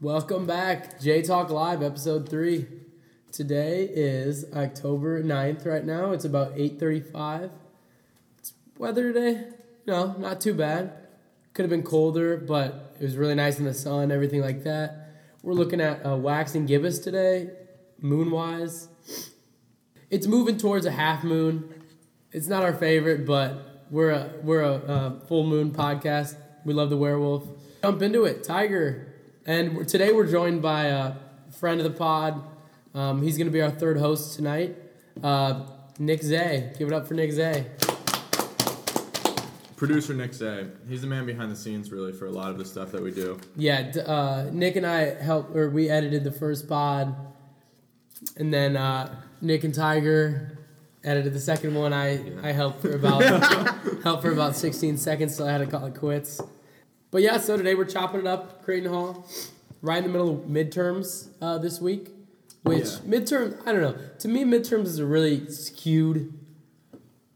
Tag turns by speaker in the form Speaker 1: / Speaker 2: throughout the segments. Speaker 1: Welcome back, J Talk Live, episode three. Today is October 9th right now. It's about 8.35. It's weather today. No, not too bad. Could have been colder, but it was really nice in the sun, everything like that. We're looking at uh, Wax and gibbous today, moon-wise. It's moving towards a half moon. It's not our favorite, but we're a, we're a, uh full moon podcast. We love the werewolf. Jump into it, Tiger. And we're, today we're joined by a friend of the pod. Um, he's going to be our third host tonight, uh, Nick Zay. Give it up for Nick Zay.
Speaker 2: Producer Nick Zay. He's the man behind the scenes, really, for a lot of the stuff that we do.
Speaker 1: Yeah, d- uh, Nick and I helped, or we edited the first pod, and then uh, Nick and Tiger edited the second one. I, I helped for about helped for about 16 seconds, so I had to call it quits. But yeah, so today we're chopping it up, Creighton Hall, right in the middle of midterms uh, this week. Which
Speaker 2: Yeah.
Speaker 1: midterm? I don't know. To me, midterms is a really skewed.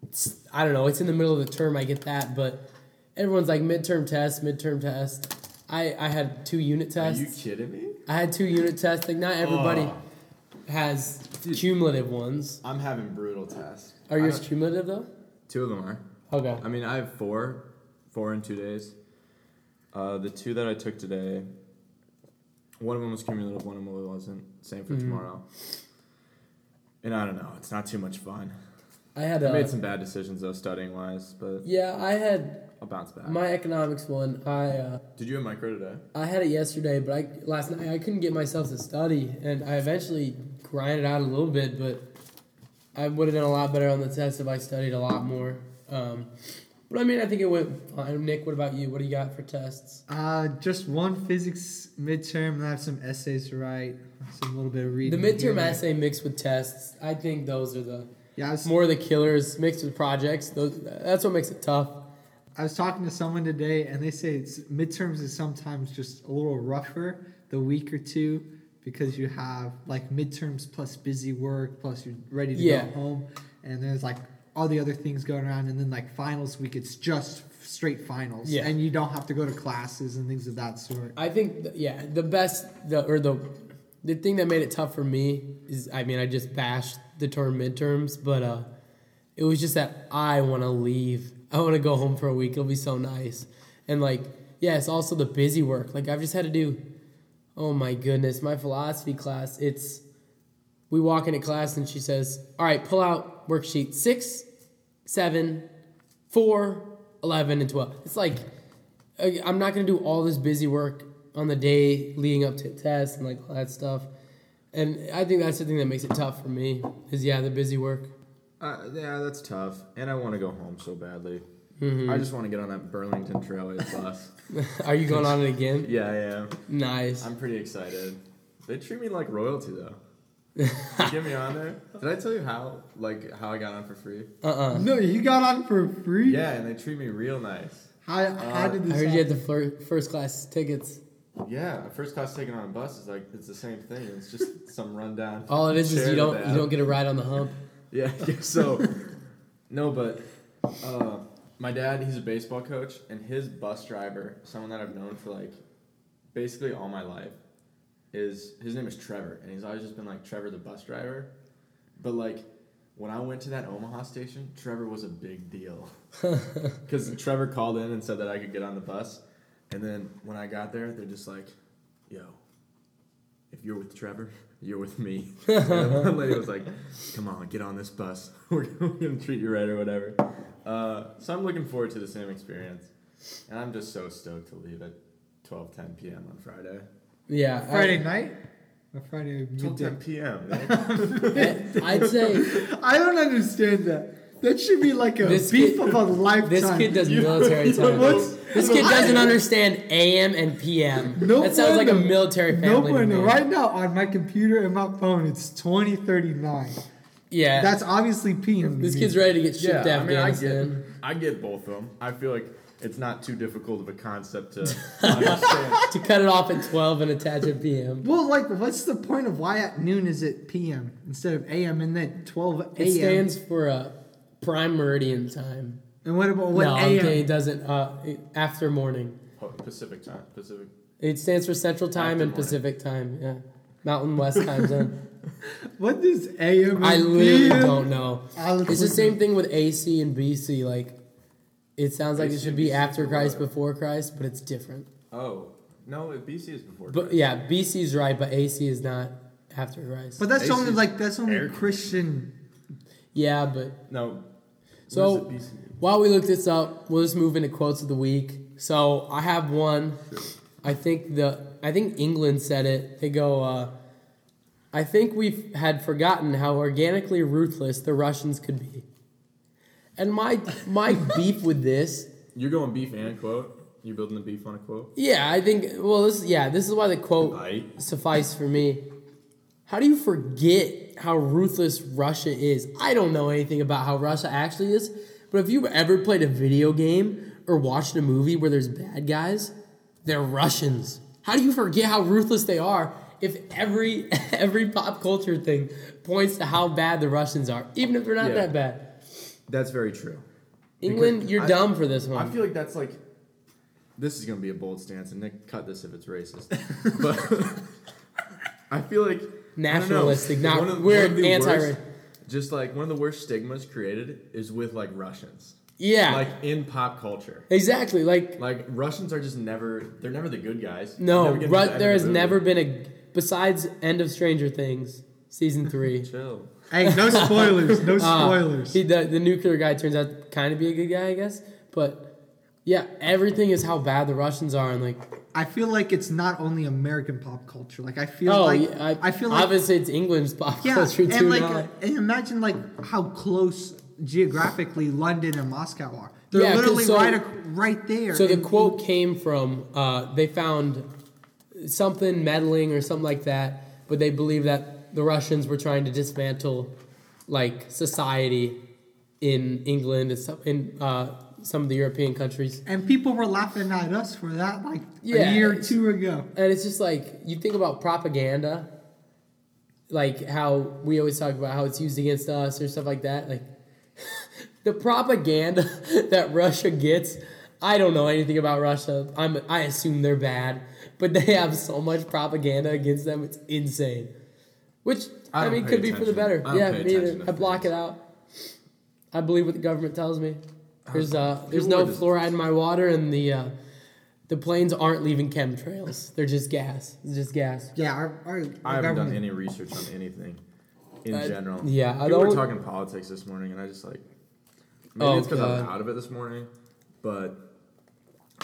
Speaker 1: It's, I don't know. It's in the middle of the term. I get that, but everyone's like midterm test, midterm test. I I had two unit tests.
Speaker 2: kidding me?
Speaker 1: I had two unit tests. Like not everybody has
Speaker 2: Dude.
Speaker 1: cumulative ones.
Speaker 3: I'm having brutal tests.
Speaker 1: Are
Speaker 2: I
Speaker 1: yours
Speaker 2: don't-
Speaker 1: cumulative though?
Speaker 2: Two of them are.
Speaker 1: Okay.
Speaker 2: I mean, I have four, four in two days. Uh, the two that I took today, one of them was cumulative, one of them really wasn't. Same
Speaker 1: Mm-hmm.
Speaker 2: for tomorrow. And I don't know. It's not too much fun.
Speaker 1: I had
Speaker 2: I
Speaker 1: a.
Speaker 2: made some bad decisions though, studying wise, but
Speaker 1: Yeah, I had
Speaker 2: I'll bounce back.
Speaker 1: my economics one. I. Uh,
Speaker 2: Did you have micro today?
Speaker 1: I had it yesterday, but I last night I couldn't get myself to study, and I eventually grinded out a little bit, but I would have done a lot better on the test if I studied a lot more. Um, but I mean, I think it went fine. Nick, what about you? What do you got for tests?
Speaker 3: Uh, just one physics midterm, and I have some essays to write, some little bit of
Speaker 1: The
Speaker 3: reading. here
Speaker 1: midterm
Speaker 3: and there.
Speaker 1: essay mixed with tests, I think those are the
Speaker 3: Yeah, I was,
Speaker 1: more the killers mixed with projects. Those that's what makes it tough.
Speaker 3: I was talking to someone today, and they say it's midterms is sometimes just a little rougher the week or two because you have like midterms plus busy work plus you're ready to
Speaker 1: Yeah.
Speaker 3: go home, and there's like all the other things going around, and then like finals week, it's just straight finals,
Speaker 1: Yeah.
Speaker 3: and you don't have to go to classes and things of that sort.
Speaker 1: I think th- yeah, the best the or the the thing that made it tough for me is I mean I just bashed the term midterms, but uh it was just that I want to leave. I want to go home for a week. It'll be so nice. And like yeah, it's also the busy work. Like I've just had to do oh my goodness, my philosophy class, it's we walk into class and she says, "All right, pull out worksheet 6, 7, 4, 11 and 12." It's like I- I'm not gonna do all this busy work on the day leading up to tests and like all that stuff. And I think that's the thing that makes it tough for me is yeah, the busy work.
Speaker 2: Uh, yeah, that's tough. And I want to go home so badly.
Speaker 1: Mm-hmm.
Speaker 2: I just want to get on that Burlington Trailways bus.
Speaker 1: Are you going on it again?
Speaker 2: yeah, I am.
Speaker 1: Nice.
Speaker 2: I'm pretty excited. They treat me like royalty though. They Get me on there. Did I tell you how like how I got on for free?
Speaker 1: Uh uh
Speaker 3: No, you got on for free.
Speaker 2: Yeah, and they treat me real nice.
Speaker 3: How, how did
Speaker 1: I
Speaker 3: this?
Speaker 1: heard you
Speaker 3: happen?
Speaker 1: had the fir- first class tickets.
Speaker 2: Yeah, first class taken on a bus is like it's the same thing. It's just some rundown.
Speaker 1: All it is is
Speaker 2: chair
Speaker 1: you
Speaker 2: that
Speaker 1: don't
Speaker 2: they
Speaker 1: you
Speaker 2: have.
Speaker 1: don't get a ride on the hump.
Speaker 2: Yeah. yeah, So, no, but uh, my dad, he's a baseball coach, and his bus driver, someone that I've known for like basically all my life, is his name is Trevor, and he's always just been like Trevor the bus driver. But like when I went to that Omaha station, Trevor was a big deal because Trevor called in and said that I could get on the bus, and then when I got there, they're just like, "Yo, if you're with Trevor, you're with me." and then one lady was like, "Come on, get on this bus. We're gonna, we're gonna treat you right or whatever." Uh, so I'm looking forward to the same experience, and I'm just so stoked to leave at 12:10 p.m. on Friday.
Speaker 1: Yeah. I-
Speaker 3: Friday night? Or Friday midday?
Speaker 2: 12:10 p.m. man.
Speaker 1: I'd say
Speaker 3: I don't understand that. That should be like a
Speaker 1: This
Speaker 3: beef
Speaker 1: kid-
Speaker 3: of a lifetime.
Speaker 1: this kid does
Speaker 2: You-
Speaker 1: military
Speaker 2: you
Speaker 1: time.
Speaker 2: what's-
Speaker 1: This kid
Speaker 3: I-
Speaker 1: doesn't understand AM and PM.
Speaker 3: No
Speaker 1: that sounds like a
Speaker 3: bueno.
Speaker 1: military
Speaker 3: No
Speaker 1: family. to
Speaker 3: bueno.
Speaker 1: me.
Speaker 3: Right now on my computer and my phone, it's 2039.
Speaker 1: Yeah.
Speaker 3: That's obviously PM. to
Speaker 1: this
Speaker 3: me.
Speaker 1: kid's ready to get shipped to
Speaker 2: Mm-hmm. yeah, I mean, I
Speaker 1: Afghanistan.
Speaker 2: get, I get both of them. I feel like it's not too difficult of a concept to understand.
Speaker 1: to cut it off at 12 and attach at PM.
Speaker 3: Well, like, what's the point of why at noon is it PM instead of AM and then 12
Speaker 1: It
Speaker 3: AM?
Speaker 1: stands for uh, prime meridian time.
Speaker 3: And what about what
Speaker 1: no, I'm kidding,
Speaker 3: AM?
Speaker 1: it doesn't. Uh, after morning.
Speaker 2: Oh, Pacific time, Pacific
Speaker 1: It stands for Central Time
Speaker 2: After
Speaker 1: and
Speaker 2: morning.
Speaker 1: Pacific Time. Yeah, Mountain West Time Zone.
Speaker 3: What does AM
Speaker 1: I
Speaker 3: mean?
Speaker 1: literally don't know.
Speaker 3: Alec
Speaker 1: It's the
Speaker 3: Winter.
Speaker 1: same thing with AC and BC. Like, it sounds like it
Speaker 2: AC
Speaker 1: should be
Speaker 2: BC
Speaker 1: after
Speaker 2: or
Speaker 1: Christ,
Speaker 2: whatever.
Speaker 1: before Christ, but it's different.
Speaker 2: Oh no, it- BC is before.
Speaker 1: But
Speaker 2: Christ.
Speaker 1: yeah, BC's right, but AC is not after Christ.
Speaker 3: But that's
Speaker 2: This
Speaker 3: only
Speaker 2: is
Speaker 3: like that's only
Speaker 2: arrogant.
Speaker 3: Christian.
Speaker 1: yeah, but
Speaker 2: No.
Speaker 1: So-
Speaker 2: what is it, BC?
Speaker 1: While we look this up, we'll just move into quotes of the week. So I have one. I think the I think England said it. They go, uh, I think we had forgotten how organically ruthless the Russians could be. And my my beef with this,
Speaker 2: You're going beef and quote. You building the beef on a quote.
Speaker 1: yeah, I think well this yeah, this is why the quote
Speaker 2: Right.
Speaker 1: suffice for me. How do you forget how ruthless Russia is? I don't know anything about how Russia actually is, but if you've ever played a video game or watched a movie where there's bad guys, they're Russians. How do you forget how ruthless they are if every every pop culture thing points to how bad the Russians are, even if they're not
Speaker 2: Yeah.
Speaker 1: that bad?
Speaker 2: That's very true.
Speaker 1: England,
Speaker 2: Because
Speaker 1: you're
Speaker 2: I-
Speaker 1: dumb for this
Speaker 2: I
Speaker 1: one.
Speaker 2: feel like that's like. This is gonna be a bold stance, and Nick, cut this if it's racist. but I feel like I don't know,
Speaker 1: Nationalistic, not-
Speaker 2: one of-
Speaker 1: we're
Speaker 2: one of the
Speaker 1: anti-
Speaker 2: worst- Just like one of the worst stigmas created is with like Russians,
Speaker 1: yeah.
Speaker 2: like in pop culture.
Speaker 1: exactly. Like
Speaker 2: Like Russians are just never. They're never the good guys.
Speaker 1: No,
Speaker 2: Never get to
Speaker 1: Ru-
Speaker 2: the end
Speaker 1: there
Speaker 2: of
Speaker 1: has
Speaker 2: the movie.
Speaker 1: never been a besides end of Stranger Things season three.
Speaker 2: Chill.
Speaker 3: Hey, no spoilers. No
Speaker 1: Uh,
Speaker 3: spoilers.
Speaker 1: he, the, the nuclear guy turns out to kind of be a good guy, I guess. But yeah, everything is how bad the Russians are, and like
Speaker 3: I feel like it's not only American pop culture. Like I feel
Speaker 1: oh,
Speaker 3: like
Speaker 1: yeah, I,
Speaker 3: I, feel like
Speaker 1: obviously it's England's pop
Speaker 3: yeah,
Speaker 1: culture too.
Speaker 3: and like
Speaker 1: not-
Speaker 3: and imagine like how close geographically London and Moscow are. They're
Speaker 1: Yeah, 'cause
Speaker 3: literally
Speaker 1: so-
Speaker 3: right ac- right there.
Speaker 1: So the
Speaker 3: And-
Speaker 1: quote came from uh, they found something meddling or something like that, but they believe that the Russians were trying to dismantle like society in England and some, in uh, some of the European countries.
Speaker 3: and people were laughing at us for that like
Speaker 1: Yeah,
Speaker 3: a year or
Speaker 1: it's-
Speaker 3: two ago.
Speaker 1: And it's just like you think about propaganda, like how we always talk about how it's used against us or stuff like that. Like the propaganda that Russia gets, I don't know anything about Russia. I'm I assume they're bad, but they have so much propaganda against them. It's insane. Which
Speaker 2: I
Speaker 1: I,
Speaker 2: don't
Speaker 1: mean
Speaker 2: pay
Speaker 1: could be for the better.
Speaker 2: attention. I don't
Speaker 1: Yeah,
Speaker 2: pay
Speaker 1: me
Speaker 2: attention
Speaker 1: either.
Speaker 2: to
Speaker 1: I block
Speaker 2: things.
Speaker 1: it out. I believe what the government tells me. There's uh, there's
Speaker 2: People
Speaker 1: no
Speaker 2: are just-
Speaker 1: fluoride in my water, and the uh, the planes aren't leaving chemtrails. They're just gas. It's just gas.
Speaker 3: Yeah, our,
Speaker 2: I
Speaker 3: our, our
Speaker 2: haven't
Speaker 3: government.
Speaker 2: done any research on anything in
Speaker 1: I-
Speaker 2: general.
Speaker 1: yeah, I
Speaker 2: people were
Speaker 1: don't-
Speaker 2: talking politics this morning, and I just like maybe
Speaker 1: Oh,
Speaker 2: it's because I'm
Speaker 1: God.
Speaker 2: out of it this morning, but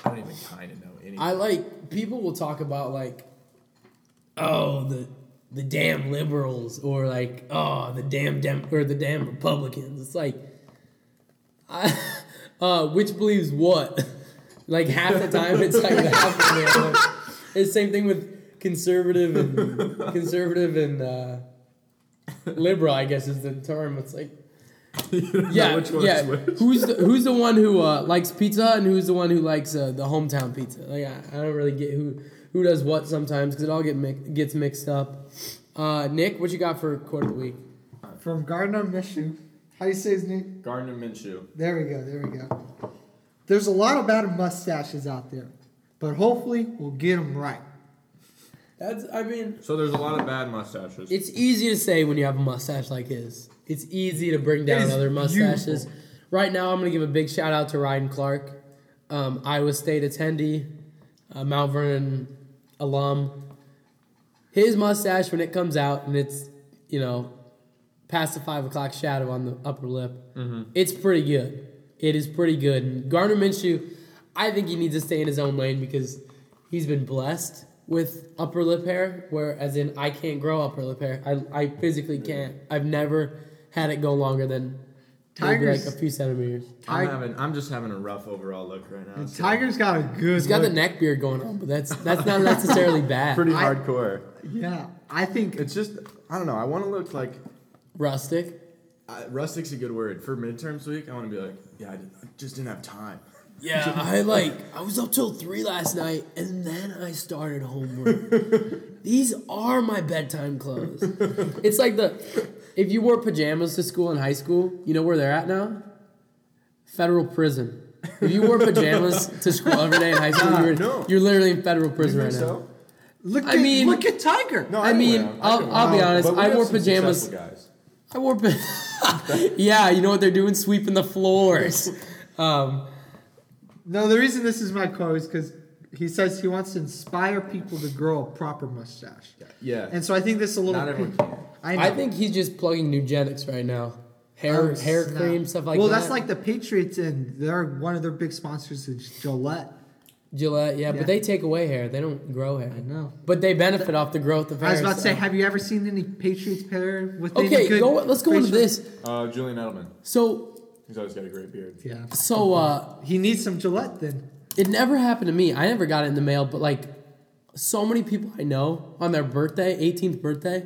Speaker 2: I don't even kind of know anything.
Speaker 1: I like people will talk about like, oh the the damn liberals or like oh the damn dem or the damn Republicans. It's like, I, uh, which believes what? like half the time it's like half the time. It's same thing with conservative and conservative and uh, liberal. I guess is the term. It's like. Yeah, yeah. Who's the, who's the one who uh, likes pizza and who's the one who likes uh, the hometown pizza? Like I, I don't really get who who does what sometimes because it all get mi- gets mixed up. Uh, Nick, what you got for quote of the week?
Speaker 3: From Gardner Mishu. How do you say his name?
Speaker 2: Gardner Minshew.
Speaker 3: There we go. There we go. There's a lot of bad mustaches out there, but hopefully we'll get them right.
Speaker 1: That's I mean,
Speaker 2: So there's a lot of bad mustaches.
Speaker 1: it's easy to say when you have a mustache like his. It's easy to bring down
Speaker 3: is
Speaker 1: other mustaches.
Speaker 3: beautiful.
Speaker 1: Right now, I'm gonna give a big shout out to Ryan Clark, um, Iowa State attendee, uh, Mount Vernon alum. his mustache when it comes out and it's you know past the five o'clock shadow on the upper lip it's pretty good it is pretty good and garner minshew i think he needs to stay in his own lane because he's been blessed with upper lip hair whereas in i can't grow upper lip hair i, I physically can't i've never had it go longer than maybe like
Speaker 3: Tigers-
Speaker 1: a few centimeters
Speaker 2: I'm
Speaker 3: Tig-
Speaker 2: having. I'm just having a rough overall look right now.
Speaker 3: And
Speaker 2: so-
Speaker 3: Tiger's got a good.
Speaker 1: he's got the
Speaker 3: look.
Speaker 1: neck beard going on but that's that's not necessarily bad
Speaker 2: Pretty
Speaker 3: I-
Speaker 2: hardcore.
Speaker 3: Yeah, I think
Speaker 2: It's just I don't know. I want to look like
Speaker 1: rustic
Speaker 2: I, rustic's a good word for midterms week. I want to be like, yeah, I, did, I just didn't have time.
Speaker 1: Yeah, I like I was up till three last night, and then I started homework. These are my bedtime clothes. It's like the if you wore pajamas to school in high school, you know where they're at now. Federal prison. If you wore pajamas to school every day in high school, you were,
Speaker 2: No.
Speaker 1: you're literally in federal
Speaker 2: You
Speaker 1: prison right
Speaker 2: think
Speaker 1: now.
Speaker 2: so?
Speaker 3: Look
Speaker 1: I
Speaker 3: at
Speaker 1: mean-
Speaker 3: look at Tiger.
Speaker 2: No,
Speaker 1: I
Speaker 2: don't
Speaker 1: mean,
Speaker 2: wear 'em. I
Speaker 1: I'll-
Speaker 2: don't wear
Speaker 1: I'll be
Speaker 2: 'em.
Speaker 1: honest,
Speaker 2: But we
Speaker 1: I
Speaker 2: have
Speaker 1: wore
Speaker 2: some
Speaker 1: pajamas.
Speaker 2: successful Guys.
Speaker 1: I wore. pa- yeah, you know what they're doing? Sweeping the floors. Um,
Speaker 3: No, the reason this is my quote is because he says he wants to inspire people to grow a proper mustache.
Speaker 2: Yeah.
Speaker 3: And so I think this is a little.
Speaker 2: Not everyone
Speaker 3: pin-
Speaker 2: can.
Speaker 3: I, know.
Speaker 1: I think he's just plugging Nugenics right now. Hair,
Speaker 3: Oh,
Speaker 1: hair
Speaker 3: snap.
Speaker 1: cream, stuff like
Speaker 3: well,
Speaker 1: that.
Speaker 3: that's like the Patriots, and they're one of their big sponsors is Gillette.
Speaker 1: Gillette, yeah,
Speaker 3: Yeah.
Speaker 1: but they take away hair. They don't grow hair.
Speaker 3: I know.
Speaker 1: But they benefit off the growth of hair.
Speaker 3: I was about to
Speaker 1: so-
Speaker 3: say, have you ever seen any Patriots pair with any
Speaker 1: Okay,
Speaker 3: good
Speaker 1: go, let's go into
Speaker 3: facial-
Speaker 1: this.
Speaker 2: Uh, Julian Edelman.
Speaker 1: So,
Speaker 2: He's always got a great beard.
Speaker 3: Yeah,
Speaker 1: so uh,
Speaker 3: he needs some Gillette then.
Speaker 1: it never happened to me. I never got it in the mail, but like so many people I know on their birthday, 18th birthday,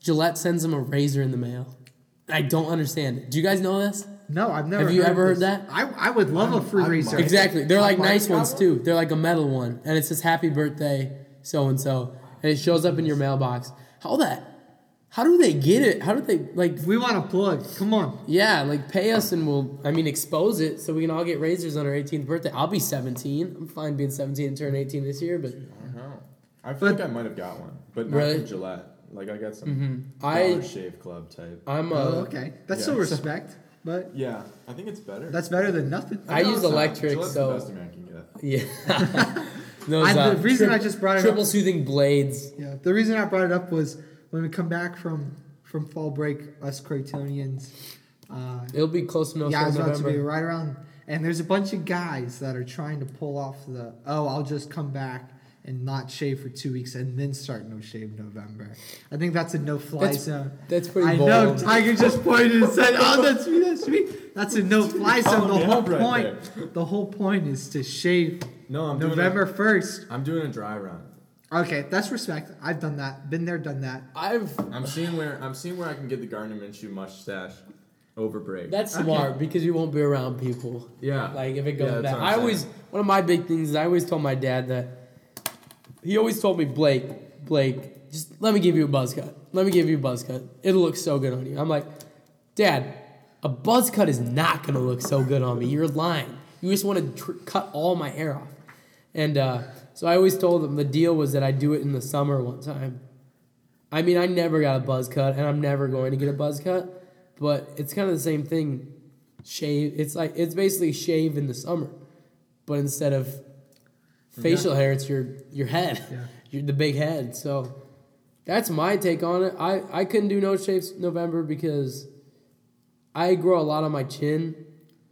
Speaker 1: Gillette sends them a razor in the mail. I don't understand it. Do you guys know this?
Speaker 3: No, I've never.
Speaker 1: Have you ever heard
Speaker 3: this.
Speaker 1: that?
Speaker 3: I, I would love a free
Speaker 2: I
Speaker 3: razor.
Speaker 2: might.
Speaker 1: Exactly. They're
Speaker 2: I
Speaker 1: like
Speaker 2: might
Speaker 1: nice
Speaker 2: got
Speaker 1: ones
Speaker 2: one.
Speaker 1: too. They're like a metal one, and it says "Happy Birthday, so and so," and it shows up in your mailbox. How that? How do they get it? How do they like?
Speaker 3: We want a plug. Come on.
Speaker 1: Yeah, like pay us and we'll. I mean, expose it so we can all get razors on our 18th birthday. I'll be 17. I'm fine being 17 and turn 18 this year, but
Speaker 2: I don't know. I
Speaker 3: But-
Speaker 2: feel like I might have got one, but not
Speaker 1: Really? Mm-hmm.
Speaker 2: from Gillette. Like I got some
Speaker 1: I-
Speaker 2: Dollar Shave Club type.
Speaker 1: I'm uh, a.
Speaker 3: Oh, okay, that's
Speaker 2: yeah.
Speaker 3: still respect, but
Speaker 2: yeah, I think it's better.
Speaker 3: that's better than nothing.
Speaker 1: I use
Speaker 2: it's not.
Speaker 1: electric,
Speaker 2: Gillette's
Speaker 1: so-
Speaker 2: the best thing I can get.
Speaker 1: Yeah. Those,
Speaker 3: I- the
Speaker 1: uh,
Speaker 3: reason I just brought it up-
Speaker 1: triple soothing blades.
Speaker 3: Yeah, the reason I brought it up was when we come back from from fall break, us Creightonians, uh,
Speaker 1: It'll be close enough.
Speaker 3: yeah,
Speaker 1: Yeah,
Speaker 3: it's about to
Speaker 1: November.
Speaker 3: be right around. And there's a bunch of guys that are trying to pull off the oh, I'll just come back and not shave for two weeks and then start no shave November. I think that's a no fly
Speaker 1: That's-
Speaker 3: zone.
Speaker 1: that's pretty
Speaker 3: I
Speaker 1: bold.
Speaker 3: know Tiger just pointed and said, "Oh, that's me, that's me." That's a no fly
Speaker 1: Oh,
Speaker 3: zone. The
Speaker 2: calling me
Speaker 3: whole
Speaker 2: out right
Speaker 3: point, the whole point is to shave
Speaker 2: No, I'm
Speaker 3: November first.
Speaker 2: Doing a, I'm doing a dry run.
Speaker 3: Okay, that's respect. I've done that. Been there, done that.
Speaker 1: I've.
Speaker 2: I'm seeing where I'm seeing where I can get the Gardner Minshew mustache over break.
Speaker 1: That's smart because you won't be around people.
Speaker 2: yeah.
Speaker 1: Like if it
Speaker 2: Yeah,
Speaker 1: goes
Speaker 2: that's
Speaker 1: that,
Speaker 2: what I'm
Speaker 1: I always
Speaker 2: saying.
Speaker 1: one of my big things is I always told my dad that he always told me Blake, Blake, just let me give you a buzz cut. Let me give you a buzz cut. It'll look so good on you. I'm like, Dad, a buzz cut is not gonna look so good on me. You're lying. You just want to tr- cut all my hair off. And uh, so I always told him the deal was that I do it in the summer one time. I mean, I never got a buzz cut, and I'm never going to get a buzz cut. But it's kind of the same thing. Shave. It's like it's basically shave in the summer, but instead of facial hair, it's your your head,
Speaker 3: Yeah.
Speaker 1: your, the big head. So that's my take on it. I I couldn't do no shaves November because I grow a lot on my chin,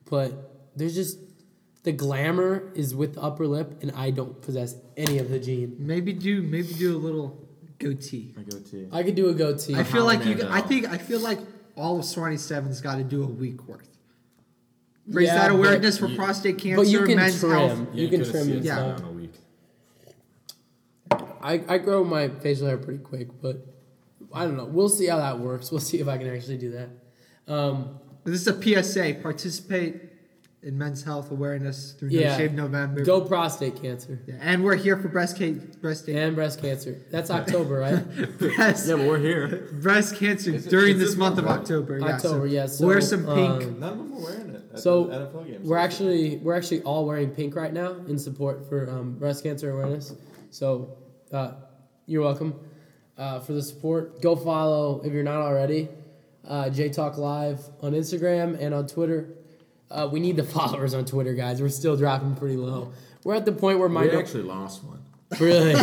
Speaker 1: but there's just the glamour is with the upper lip, and I don't possess any of the gene.
Speaker 3: Maybe do maybe do a little goatee.
Speaker 2: my goatee.
Speaker 1: I could do a goatee.
Speaker 3: I feel like you.
Speaker 2: Holiday,
Speaker 3: I
Speaker 2: though.
Speaker 3: think I feel like all of Swanee Seven's got to do a week worth. Raise
Speaker 1: Yeah,
Speaker 3: that
Speaker 1: but
Speaker 3: awareness for
Speaker 2: you-
Speaker 3: prostate cancer,
Speaker 1: but you can
Speaker 3: men's
Speaker 1: trim.
Speaker 3: health.
Speaker 1: You can trim
Speaker 2: it
Speaker 1: it
Speaker 3: Yeah.
Speaker 1: down.
Speaker 2: on a week.
Speaker 1: I, I grow my facial hair pretty quick, but I don't know. We'll see how that works. We'll see if I can actually do that. Um,
Speaker 3: This is a PSA. Participate in men's health awareness through
Speaker 1: Yeah.
Speaker 3: No Shave November.
Speaker 1: go prostate cancer
Speaker 3: Yeah, and we're here for breast ca- breast ca-
Speaker 1: and breast cancer. That's October, right?
Speaker 3: breast,
Speaker 2: Yeah, but we're here.
Speaker 3: breast cancer
Speaker 2: Is it-
Speaker 3: during
Speaker 2: is
Speaker 3: this
Speaker 2: this
Speaker 3: month of
Speaker 2: November?
Speaker 3: October. Yeah, so
Speaker 1: October, yeah, so,
Speaker 3: wear some pink.
Speaker 1: um,
Speaker 2: None of them are wearing it. At
Speaker 1: So,
Speaker 2: the NFL games.
Speaker 1: We're actually we're actually all wearing pink right now in support for um, breast cancer awareness. So uh, you're welcome uh, for the support. Go follow if you're not already. Uh, J Talk Live on Instagram and on Twitter. Uh, we need the followers on Twitter, guys. We're still dropping pretty low. We're at the point where my
Speaker 2: we actually lost one.
Speaker 1: really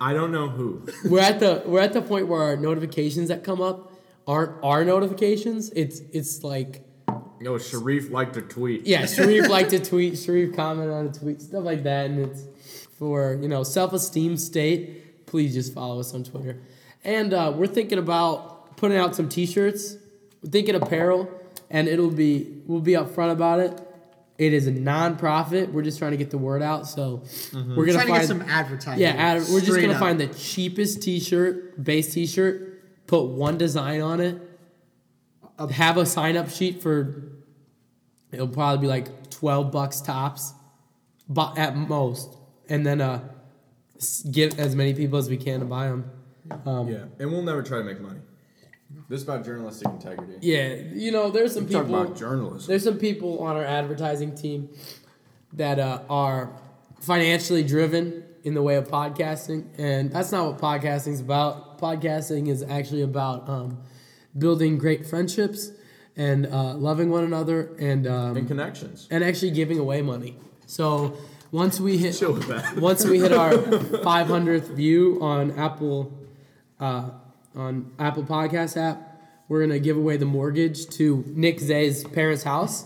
Speaker 2: I don't know who.
Speaker 1: we're at the we're at the point where our notifications that come up aren't our notifications. It's it's like
Speaker 2: No, Sharif liked a tweet.
Speaker 1: yeah, Sharif liked a tweet, Sharif commented on a tweet, stuff like that, and it's for you know self-esteem state. Please just follow us on Twitter, and uh, we're thinking about putting out some T-shirts. We're thinking apparel, and it'll be we'll be upfront about it. It is a non-profit. We're just trying to get the word out, so we're gonna
Speaker 3: trying to
Speaker 1: find
Speaker 3: get some advertising.
Speaker 1: yeah, ad- we're just
Speaker 3: straight
Speaker 1: gonna
Speaker 3: up.
Speaker 1: find the cheapest T-shirt, base T-shirt, put one design on it, have a sign-up sheet for. It'll probably be like twelve bucks tops, but at most, and then uh, s- get as many people as we can to buy them. Um,
Speaker 2: Yeah, and we'll never try to make money. This is about journalistic integrity.
Speaker 1: Yeah, you know, there's some
Speaker 4: We're talking
Speaker 1: people.
Speaker 4: about journalism.
Speaker 1: There's some people on our advertising team that uh, are financially driven in the way of podcasting, and that's not what podcasting's about. Podcasting is actually about um, building great friendships and uh, loving one another, and um,
Speaker 2: And connections.
Speaker 1: and actually giving away money. So once we hit
Speaker 4: Chill with that.
Speaker 1: once we hit our 500th view on Apple uh, on Apple Podcast app, we're gonna give away the mortgage to Nick Zay's parents' house,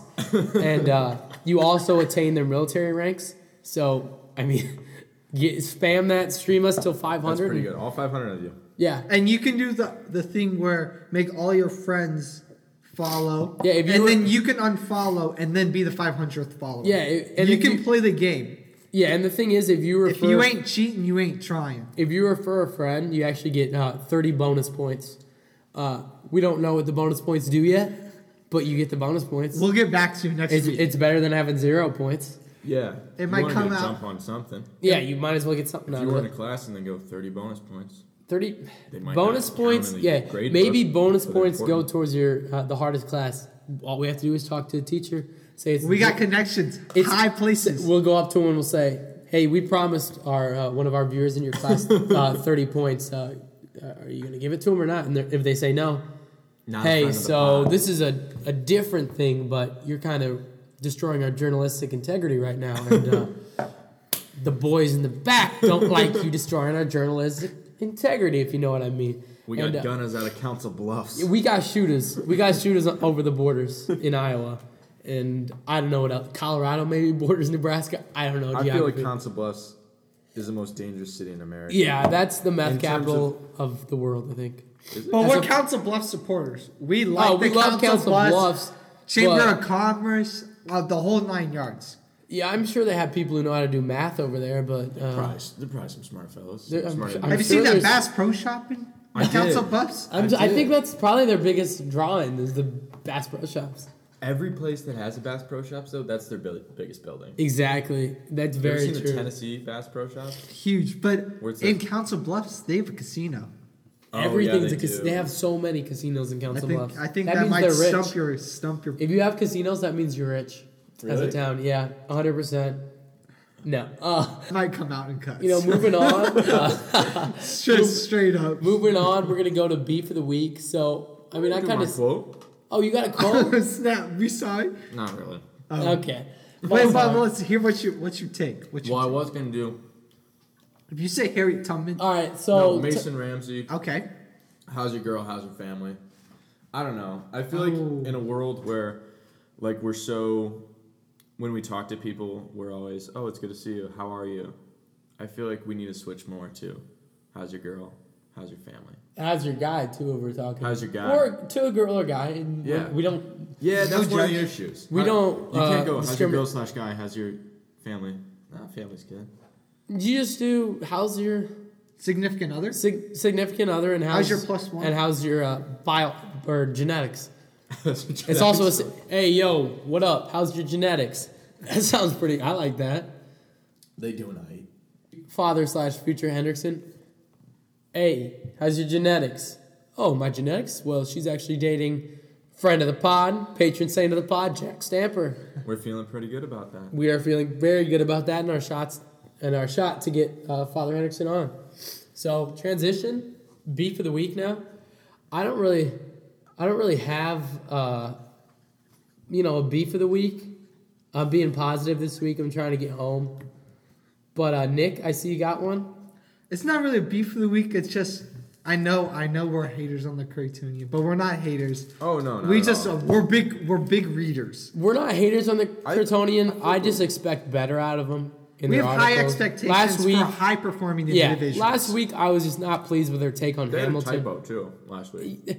Speaker 1: and uh, you also attain their military ranks. So I mean, get, spam that, stream us till 500.
Speaker 2: That's pretty good. All 500 of you.
Speaker 1: Yeah,
Speaker 3: And you can do the the thing where make all your friends follow.
Speaker 1: Yeah, if you
Speaker 3: and
Speaker 1: were-
Speaker 3: then you can unfollow and then be the 500th follower.
Speaker 1: Yeah, i- and
Speaker 3: you
Speaker 1: if
Speaker 3: can
Speaker 1: you-
Speaker 3: play the game.
Speaker 1: yeah. And the thing is, if you refer
Speaker 3: If you ain't cheating, you ain't trying.
Speaker 1: If you refer a friend, you actually get uh, 30 bonus points. Uh, we don't know what the bonus points do yet, but you get the bonus points.
Speaker 3: We'll get back to you next
Speaker 1: It's,
Speaker 3: week.
Speaker 1: it's better than having zero points.
Speaker 2: Yeah.
Speaker 3: It might
Speaker 4: wanna
Speaker 3: come
Speaker 4: get a
Speaker 3: out-
Speaker 4: Jump on something.
Speaker 1: Yeah, you might as well get something
Speaker 4: If
Speaker 1: out
Speaker 4: you were
Speaker 1: of
Speaker 4: in a
Speaker 1: it.
Speaker 4: class and then go 30 bonus points.
Speaker 1: 30
Speaker 4: They might
Speaker 1: bonus
Speaker 4: not count in
Speaker 1: points.
Speaker 4: the
Speaker 1: Yeah,
Speaker 4: grade
Speaker 1: maybe
Speaker 4: book,
Speaker 1: bonus
Speaker 4: but
Speaker 1: points go
Speaker 4: important.
Speaker 1: towards your uh, the hardest class. All we have to do is talk to the teacher. Say it's
Speaker 3: we got connections,
Speaker 1: It's-
Speaker 3: high places.
Speaker 1: We'll go up to him and we'll say, "Hey, we promised our uh, one of our viewers in your class uh, 30 points. Uh, are you going to give it to him or not?" And they're- if they say no,
Speaker 4: Not a friend
Speaker 1: hey,
Speaker 4: of the
Speaker 1: so
Speaker 4: pod.
Speaker 1: this is a, a different thing, but you're kind of destroying our journalistic integrity right now. And uh, the boys in the back don't like you destroying our journalistic integrity, if you know what I mean.
Speaker 4: We got
Speaker 1: And, uh,
Speaker 4: gunners out of Council Bluffs.
Speaker 1: we got shooters. We got shooters over the borders in Iowa. And I don't know what else. Colorado maybe borders Nebraska. I don't know.
Speaker 2: I feel like
Speaker 1: geography.
Speaker 2: Council Bluffs is the most dangerous city in America.
Speaker 1: yeah, that's the
Speaker 2: In
Speaker 1: meth
Speaker 2: terms
Speaker 1: capital of, the world, I think.
Speaker 3: But
Speaker 1: As
Speaker 3: we're
Speaker 1: a-
Speaker 3: Council Bluff supporters. We like
Speaker 1: oh,
Speaker 3: the
Speaker 1: we love Council Bluffs.
Speaker 3: Chamber
Speaker 1: but-
Speaker 3: of Commerce, uh, the whole nine yards.
Speaker 1: Yeah, I'm sure they have people who know how to do math over there, but uh,
Speaker 4: Probably, s- they're probably some smart fellows.
Speaker 1: There- I'm
Speaker 4: Smarter
Speaker 1: sure-
Speaker 4: than
Speaker 1: I'm
Speaker 3: Have you
Speaker 1: sure
Speaker 3: seen that
Speaker 1: there's-
Speaker 3: Bass Pro Shopping?
Speaker 4: I
Speaker 3: on Council
Speaker 4: did.
Speaker 3: Bluffs?
Speaker 1: I'm,
Speaker 4: I
Speaker 1: I, think
Speaker 4: did.
Speaker 1: that's probably their biggest drawing is the Bass Pro Shops.
Speaker 2: Every place that has a Bass Pro Shop, though, that's their bu- biggest building.
Speaker 1: Exactly, that's
Speaker 2: Have you ever
Speaker 1: very
Speaker 2: seen the
Speaker 1: true.
Speaker 2: Tennessee Bass Pro Shop?
Speaker 3: Huge. But
Speaker 2: Where's
Speaker 3: in
Speaker 2: that?
Speaker 3: Council Bluffs, they have a casino.
Speaker 2: Oh, yeah,
Speaker 1: Everything's
Speaker 2: they
Speaker 1: a cas-
Speaker 2: do.
Speaker 1: they have so many casinos in
Speaker 3: I
Speaker 1: Council
Speaker 3: think
Speaker 1: Bluffs.
Speaker 3: I think that, might stump your stump your
Speaker 1: If you have casinos, that means you're rich as a
Speaker 2: Really?
Speaker 1: town. Yeah, 100. percent No, uh,
Speaker 3: might come out and cuss.
Speaker 1: you know, moving on. uh,
Speaker 3: just straight up.
Speaker 1: moving on, we're gonna go to B for the week. So I mean, I
Speaker 4: Do
Speaker 1: kind
Speaker 4: my
Speaker 1: of.
Speaker 4: quote?
Speaker 1: Oh, you got a quote?
Speaker 3: Snap, we saw it.
Speaker 4: Not really.
Speaker 3: Um,
Speaker 1: okay.
Speaker 3: Wait,
Speaker 1: Hold
Speaker 3: Bob,
Speaker 1: on.
Speaker 3: let's hear what you what you take. What you
Speaker 4: Well, I was gonna do.
Speaker 3: if you say Harriet Tubman,
Speaker 1: All right,
Speaker 2: No,
Speaker 1: so t-
Speaker 2: Mason Ramsey.
Speaker 3: okay.
Speaker 2: How's your girl? How's your family? I don't know. I feel
Speaker 3: Oh.
Speaker 2: like in a world where, like, we're so, when we talk to people, we're always, oh, it's good to see you. How are you? I feel like we need to switch more to, how's your girl? How's your family?
Speaker 1: how's your guy too? If we're talking,
Speaker 2: How's your guy?
Speaker 1: or to a girl or guy? And we-
Speaker 2: Yeah.
Speaker 1: we don't
Speaker 2: yeah,
Speaker 3: No
Speaker 2: that's one of the
Speaker 3: judge.
Speaker 2: issues.
Speaker 1: We
Speaker 2: I-
Speaker 1: don't,
Speaker 2: You
Speaker 1: uh,
Speaker 2: can't go. How's your
Speaker 1: discrimi-
Speaker 2: girl slash guy? How's your family? Nah, family's good.
Speaker 1: You just do how's your
Speaker 3: Significant other?
Speaker 1: sig- significant other and how's,
Speaker 3: How's your plus one?
Speaker 1: and how's your uh, bio or genetics. It's also a si- hey yo, what up? How's your genetics? That sounds pretty. I like that.
Speaker 4: They do an eight.
Speaker 1: Father slash future Hendrickson. Hey, how's your genetics? Oh, my genetics. Well, she's actually dating friend of the pod, patron saint of the pod, Jack Stamper.
Speaker 2: We're feeling pretty good about that.
Speaker 1: we are feeling very good about that in our shots and our shot to get uh, Father Henderson on. So transition B for the week now. I don't really, I don't really have, uh, you know, a B for the week. I'm being positive this week. I'm trying to get home. But uh, Nick, I see you got one.
Speaker 3: It's not really a beef of the week. It's just I know I know we're haters on the Craytonian, but we're not haters.
Speaker 2: Oh no, not
Speaker 3: we
Speaker 2: at
Speaker 3: just uh,
Speaker 2: all.
Speaker 3: we're big we're big readers.
Speaker 1: We're not haters on the
Speaker 2: I-
Speaker 1: Kryptonian. I, just expect better out of them. In
Speaker 3: we
Speaker 1: their
Speaker 3: have high
Speaker 1: articles.
Speaker 3: expectations
Speaker 1: Last week,
Speaker 3: for high performing
Speaker 1: yeah.
Speaker 3: individuals.
Speaker 1: Last week, I was just not pleased with their take on
Speaker 2: they had a
Speaker 1: Hamilton.
Speaker 2: typo too last week.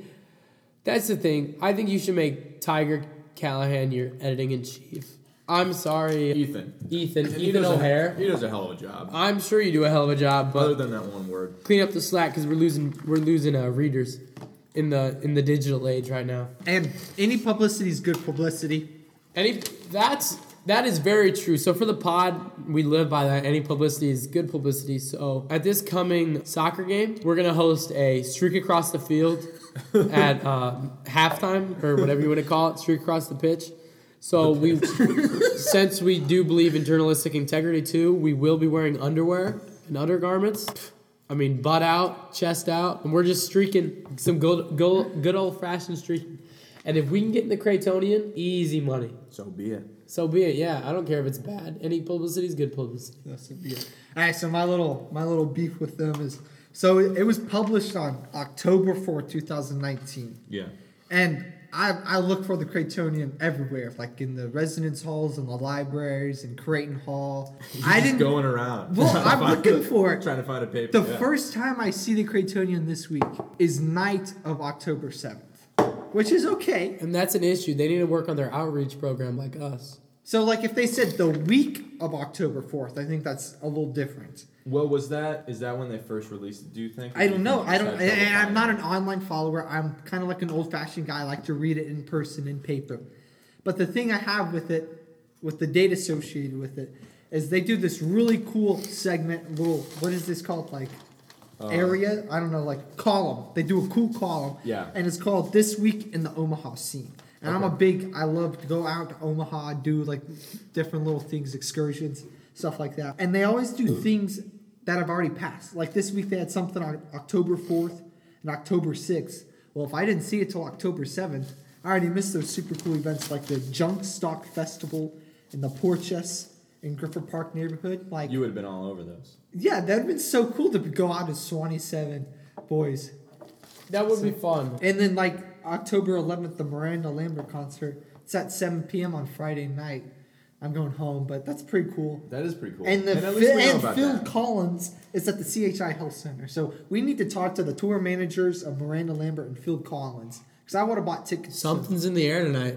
Speaker 1: That's the thing. I think you should make Tiger Callahan your editing in chief. I'm sorry,
Speaker 2: Ethan.
Speaker 1: Ethan.
Speaker 2: And
Speaker 1: Ethan
Speaker 2: does a-
Speaker 1: O'Hare.
Speaker 2: He does a hell of a job.
Speaker 1: I'm sure you do a hell of a job,
Speaker 2: Other
Speaker 1: but
Speaker 2: than that one word.
Speaker 1: clean up the slack because we're losing we're losing uh, readers in the in the digital age right now.
Speaker 3: and any publicity is good publicity.
Speaker 1: Any that's That is very true. So for the pod, we live by that. Any publicity is good publicity. So at this coming soccer game, we're gonna host a streak across the field at uh, halftime or whatever you want to call it, streak across the pitch. So we, since we do believe in journalistic integrity too, we will be wearing underwear and undergarments. I mean, butt out, chest out, and we're just streaking some good, good, good old fashioned streaking. And if we can get in the Craytonian, easy money.
Speaker 4: So be it.
Speaker 1: So be it. Yeah, I don't care if it's bad. Any publicity is good publicity.
Speaker 3: That's a beer. All right, so my little my little beef with them is so it, it was published on October 4th, 2019.
Speaker 4: Yeah.
Speaker 3: And I, I look for the Craytonian everywhere, like in the residence halls and the libraries and Creighton Hall. I
Speaker 4: Just
Speaker 3: didn't
Speaker 4: going around.
Speaker 3: Well,
Speaker 4: trying to
Speaker 3: I'm
Speaker 4: find-
Speaker 3: looking for it.
Speaker 4: Trying to find a paper.
Speaker 3: The
Speaker 4: yeah.
Speaker 3: first time I see the Craytonian this week is night of October 7th, which is okay.
Speaker 1: And that's an issue. They need to work on their outreach program like us.
Speaker 3: So, like, if they said the week of October 4th, I think that's a little different.
Speaker 2: What was that? Is that when they first released it? Do you think?
Speaker 3: I don't know. I don't,
Speaker 2: Besides
Speaker 3: and and I'm not
Speaker 2: Double
Speaker 3: an online follower. I'm kind of like an old fashioned guy. I like to read it in person, in paper. But the thing I have with it, with the date associated with it, is they do this really cool segment, little, what is this called? Like,
Speaker 2: Uh,
Speaker 3: area? I don't know, like column. They do a cool column.
Speaker 2: Yeah.
Speaker 3: And it's called This Week in the Omaha Scene. And I'm a big, I love to go out to Omaha, do like different little things, excursions, stuff like that. And they always do things that have already passed. Like this week, they had something on October 4th and October 6th. Well, if I didn't see it till October 7th, I already missed those super cool events like the Junk Stock Festival and the Porches in Griffith Park neighborhood. Like,
Speaker 2: Fine. You would have been all over those.
Speaker 3: yeah, that'd been so cool to go out as 27 boys.
Speaker 1: That would be fun.
Speaker 3: And then like October 11th, the Miranda Lambert concert. It's at 7 p.m. on Friday night. I'm going home, but that's pretty cool.
Speaker 2: That is pretty cool.
Speaker 3: And the
Speaker 4: And at
Speaker 3: Phil-
Speaker 4: least we know
Speaker 3: and
Speaker 4: about
Speaker 3: Phil
Speaker 4: that.
Speaker 3: Collins is at the CHI Health Center. So we need to talk to the tour managers of Miranda Lambert and Phil Collins because I would have bought tickets. to-
Speaker 1: Something's in the air tonight.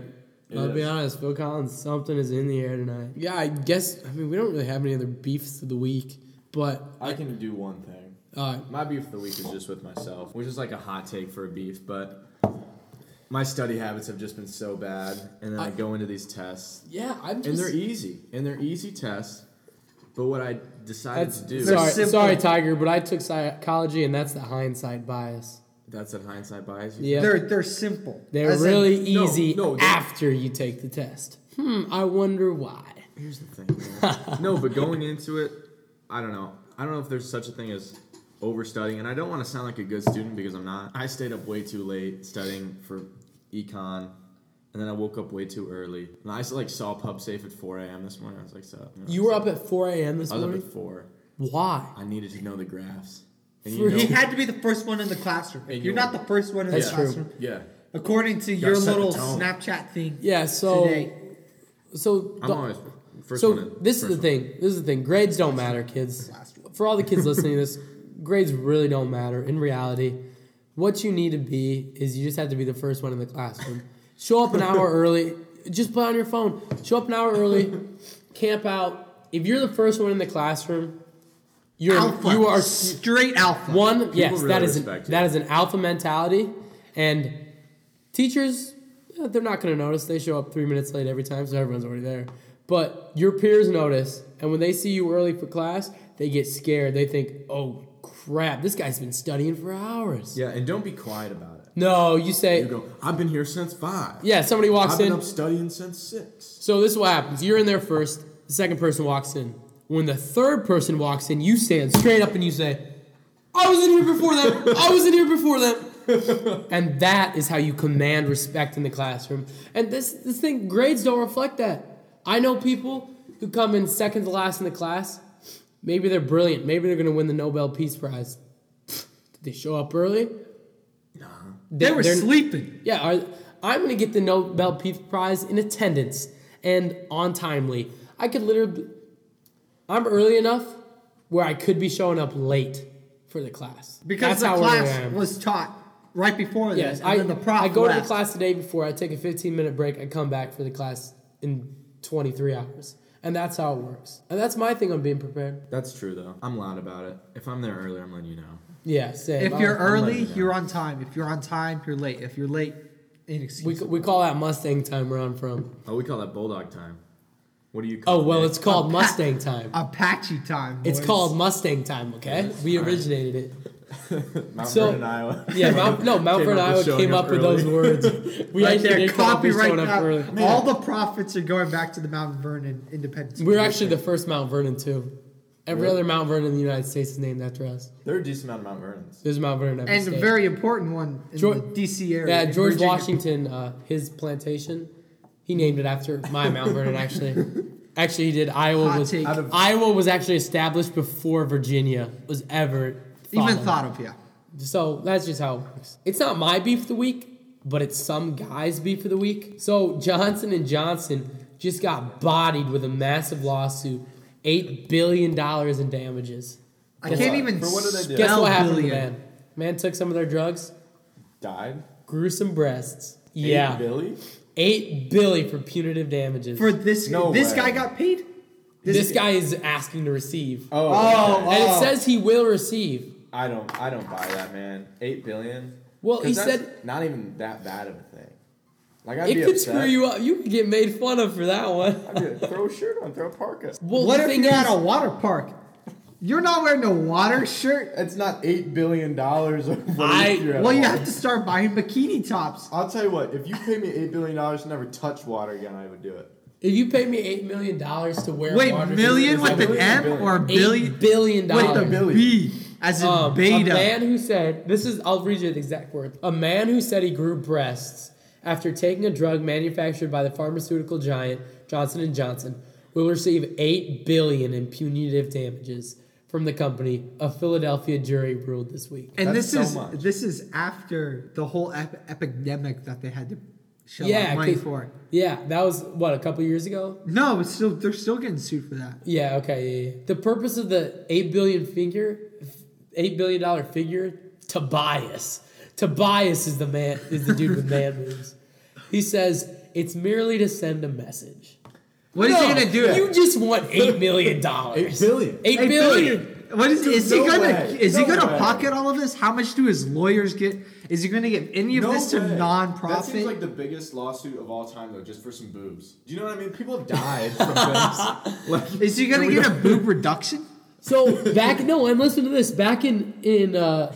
Speaker 2: It
Speaker 1: I'll be
Speaker 2: is.
Speaker 1: honest, Phil Collins, something is in the air tonight. Yeah, I guess, I mean, we don't really have any other beefs of the week, but,
Speaker 2: I can do one thing.
Speaker 1: uh,
Speaker 2: My beef of the week is just with myself, which is like a hot take for a beef, but my study habits have just been so bad, and then I,
Speaker 1: I-
Speaker 2: go into these tests,
Speaker 1: yeah, I'm
Speaker 2: and
Speaker 1: just.
Speaker 2: they're easy, and they're easy tests. But what I decided
Speaker 1: that's,
Speaker 2: to do
Speaker 1: sorry,
Speaker 3: They're simple.
Speaker 1: sorry, Tiger, but I took psychology, and that's the hindsight bias.
Speaker 2: that's at hindsight bias. you
Speaker 1: Yeah.
Speaker 3: They're they're simple.
Speaker 1: They're
Speaker 3: As in,
Speaker 1: really
Speaker 2: No,
Speaker 1: easy
Speaker 2: no, they're-
Speaker 1: after you take the test. Hmm, I wonder why.
Speaker 2: Here's the thing. man. no, but going into it, I don't know. I don't know if there's such a thing as overstudying, and I don't want to sound like a good student because I'm not. I stayed up way too late studying for econ, and then I woke up way too early. And I like saw pub safe at 4 a.m. this morning. I was like, so
Speaker 1: You were up at 4 a.m. this
Speaker 2: I was up
Speaker 1: morning?
Speaker 2: at four.
Speaker 1: Why?
Speaker 2: I needed to know the graphs. And
Speaker 1: For-
Speaker 2: you know,
Speaker 3: He had to be the first one in the classroom. If
Speaker 2: And
Speaker 3: you're
Speaker 2: you-
Speaker 3: not the first one in
Speaker 1: That's
Speaker 3: the
Speaker 1: true.
Speaker 3: classroom,
Speaker 2: yeah,
Speaker 3: according to your
Speaker 2: set the
Speaker 3: little
Speaker 2: tone.
Speaker 3: Snapchat thing
Speaker 1: Yeah, so
Speaker 3: today.
Speaker 1: so
Speaker 2: I'm
Speaker 1: the-
Speaker 2: always first
Speaker 1: so
Speaker 2: one. in,
Speaker 1: this is
Speaker 2: first
Speaker 1: the
Speaker 2: one.
Speaker 1: thing. This is the thing. Grades don't matter, kids.
Speaker 3: Last one.
Speaker 1: For all the kids listening to this, grades really don't matter. In reality, what you need to be is you just have to be the first one in the classroom. Show up an hour early. Just play on your phone. Show up an hour early. Camp out. If you're the first one in the classroom, you're
Speaker 3: Alpha.
Speaker 1: you are
Speaker 3: straight alpha.
Speaker 1: One, yes,
Speaker 2: really
Speaker 1: that is an,
Speaker 2: respect you.
Speaker 1: that is an alpha mentality, and teachers, eh, they're not going to notice. They show up three minutes late every time, so everyone's already there. But your peers notice, and when they see you early for class, they get scared. They think, "Oh crap, this guy's been studying for hours."
Speaker 2: Yeah, and don't be quiet about it.
Speaker 1: No, you
Speaker 4: You
Speaker 1: say,
Speaker 4: go, I've been here since five.
Speaker 1: "Yeah." Somebody walks
Speaker 4: I've been
Speaker 1: in.
Speaker 4: up studying since six.
Speaker 1: So this is what happens. You're in there first. The second person walks in. When the third person walks in, you stand straight up and you say, "I was in here before them. I was in here before them." and that is how you command respect in the classroom. And this this thing grades don't reflect that. I know people who come in second to last in the class. Maybe they're brilliant. Maybe they're going to win the Nobel Peace Prize. Did they show up early?
Speaker 3: They were
Speaker 1: they're-
Speaker 3: sleeping.
Speaker 1: Yeah, are, I'm going to get the Nobel Peace Prize in attendance and on timely. I could literally, I'm early enough where I could be showing up late for the class That's
Speaker 3: Because the
Speaker 1: how early I
Speaker 3: class
Speaker 1: am.
Speaker 3: was taught right before
Speaker 1: Yes,
Speaker 3: this. And
Speaker 1: I,
Speaker 3: then the prof
Speaker 1: I go to
Speaker 3: left.
Speaker 1: the class the day before. I take a 15 minute break. I come back for the class in 23 hours, and that's how it works. And that's my thing on being prepared.
Speaker 2: That's true though. I'm loud about it. If I'm there early, I'm letting you know.
Speaker 1: Yeah, same.
Speaker 3: If
Speaker 1: I-
Speaker 3: you're early,
Speaker 2: you know.
Speaker 3: you're on time. If you're on time, you're late. If you're late,
Speaker 1: we,
Speaker 3: inexcusable.
Speaker 1: we call that Mustang time where I'm from.
Speaker 2: Oh, we call that bulldog time. What do you call
Speaker 1: Oh well,
Speaker 2: it?
Speaker 1: it's called
Speaker 3: Apa-
Speaker 1: Mustang time.
Speaker 3: Apache time.
Speaker 1: It's
Speaker 3: boys.
Speaker 1: called Mustang time. Okay,
Speaker 2: Yes,
Speaker 1: we
Speaker 2: all right.
Speaker 1: originated it.
Speaker 2: Mount
Speaker 1: so-
Speaker 2: Vernon, Iowa.
Speaker 1: Yeah, Mount, no, Mount
Speaker 2: Came
Speaker 1: Vernon,
Speaker 2: up with
Speaker 1: Iowa
Speaker 2: showing
Speaker 1: came
Speaker 2: up
Speaker 1: up with those
Speaker 2: early.
Speaker 1: words. We
Speaker 3: right
Speaker 1: actually
Speaker 3: there,
Speaker 1: did come up with
Speaker 3: copyright.
Speaker 1: showing up early.
Speaker 3: now. All the profits are going back to the Mount Vernon Independence.
Speaker 1: We're
Speaker 3: Movement.
Speaker 1: actually the first Mount Vernon too. Every
Speaker 2: Really?
Speaker 1: other Mount Vernon in the United States is named after us.
Speaker 2: There are a decent amount of Mount Vernons.
Speaker 1: There's Mount Vernon. in Every
Speaker 3: and
Speaker 1: state.
Speaker 3: a very important one in
Speaker 1: Geor-
Speaker 3: the D.C. area.
Speaker 1: yeah,
Speaker 3: in
Speaker 1: George
Speaker 3: Virginia.
Speaker 1: Washington, uh, his plantation, he named it after my Mount Vernon. Actually, actually, he did. Iowa
Speaker 3: Hot
Speaker 1: was
Speaker 3: take.
Speaker 2: Out of-
Speaker 1: Iowa was actually established before Virginia was ever
Speaker 3: Even
Speaker 1: of.
Speaker 3: thought of, yeah.
Speaker 1: So that's just how it works. It's not my beef of the week, but it's some guy's beef of the week. So Johnson and Johnson just got bodied with a massive lawsuit, eight billion dollars in damages.
Speaker 3: I
Speaker 2: For
Speaker 3: can't
Speaker 2: what?
Speaker 3: even
Speaker 2: For what did they do?
Speaker 3: spell
Speaker 1: Guess what happened to the
Speaker 3: billion.
Speaker 1: man? Man took some of their drugs,
Speaker 2: Died.
Speaker 1: gruesome breasts. Yeah,
Speaker 2: Eight Billy.
Speaker 1: eight billion for punitive damages.
Speaker 3: For this,
Speaker 2: No
Speaker 3: this
Speaker 2: way.
Speaker 3: guy got paid.
Speaker 1: this, guy is asking to receive,
Speaker 2: Oh,
Speaker 3: Oh,
Speaker 2: okay.
Speaker 3: oh.
Speaker 1: and it says he will receive.
Speaker 2: I don't. I don't buy that, man. Eight billion.
Speaker 1: Well,
Speaker 2: 'Cause
Speaker 1: he
Speaker 2: that's
Speaker 1: said-
Speaker 2: not even that bad of a thing. Like I'd
Speaker 1: It
Speaker 2: be
Speaker 1: could
Speaker 2: upset.
Speaker 1: screw you up. You could get made fun of for that one.
Speaker 2: I'd be like, throw a shirt on. Throw a parka.
Speaker 1: Well,
Speaker 3: what
Speaker 1: the
Speaker 3: if
Speaker 1: thing
Speaker 3: you're
Speaker 1: is,
Speaker 3: at a water park? You're not wearing a water shirt.
Speaker 2: It's not eight billion dollars.
Speaker 1: I-
Speaker 3: Well, you have to start buying bikini tops.
Speaker 2: I'll tell you what. If you pay me eight billion dollars to never touch water again, I would do it.
Speaker 1: If you pay me eight million dollars to wear
Speaker 3: Wait,
Speaker 1: water
Speaker 3: million
Speaker 1: shoes,
Speaker 3: with
Speaker 1: is
Speaker 3: an
Speaker 1: that
Speaker 3: M or a
Speaker 1: eight
Speaker 3: billion?
Speaker 1: billion
Speaker 3: With the
Speaker 1: dollars.
Speaker 2: billion.
Speaker 3: B, as in
Speaker 1: Um,
Speaker 3: beta.
Speaker 1: A man who said this is I'll read you the exact words. A man who said he grew breasts after taking a drug manufactured by the pharmaceutical giant Johnson and Johnson will receive eight billion in punitive damages from the company. A Philadelphia jury ruled this week.
Speaker 3: and
Speaker 2: That's
Speaker 3: this
Speaker 2: so
Speaker 3: is
Speaker 2: much.
Speaker 3: this is after the whole ep- epidemic that they had to shell
Speaker 1: Yeah,
Speaker 3: out money
Speaker 1: 'cause-
Speaker 3: for.
Speaker 1: Yeah, that was what a couple years ago.
Speaker 3: No, it's still they're still getting sued for that.
Speaker 1: Yeah, okay. Yeah, yeah. The purpose of the eight billion figure, eight billion dollar figure, Tobias. Tobias is the man. Is the dude with man moves. He says it's merely to send a message.
Speaker 3: What is he
Speaker 1: No,
Speaker 3: gonna do?
Speaker 1: You just want eight million dollars.
Speaker 4: Eight billion.
Speaker 1: Eight
Speaker 3: Hey,
Speaker 1: billion.
Speaker 3: Billy, What is, is he
Speaker 2: no
Speaker 3: gonna
Speaker 2: way.
Speaker 3: is he
Speaker 2: No
Speaker 3: gonna
Speaker 2: way.
Speaker 3: pocket all of this? How much do his lawyers get? Is he gonna give any of this to
Speaker 2: way.
Speaker 4: That seems
Speaker 3: nonprofit?
Speaker 4: like the biggest lawsuit of all time, though, just for some boobs. Do you know what I mean? People have died from this. Like,
Speaker 3: is he gonna
Speaker 4: we
Speaker 3: get a
Speaker 4: don't-
Speaker 3: boob reduction?
Speaker 1: So back no, and listen to this. Back in in uh,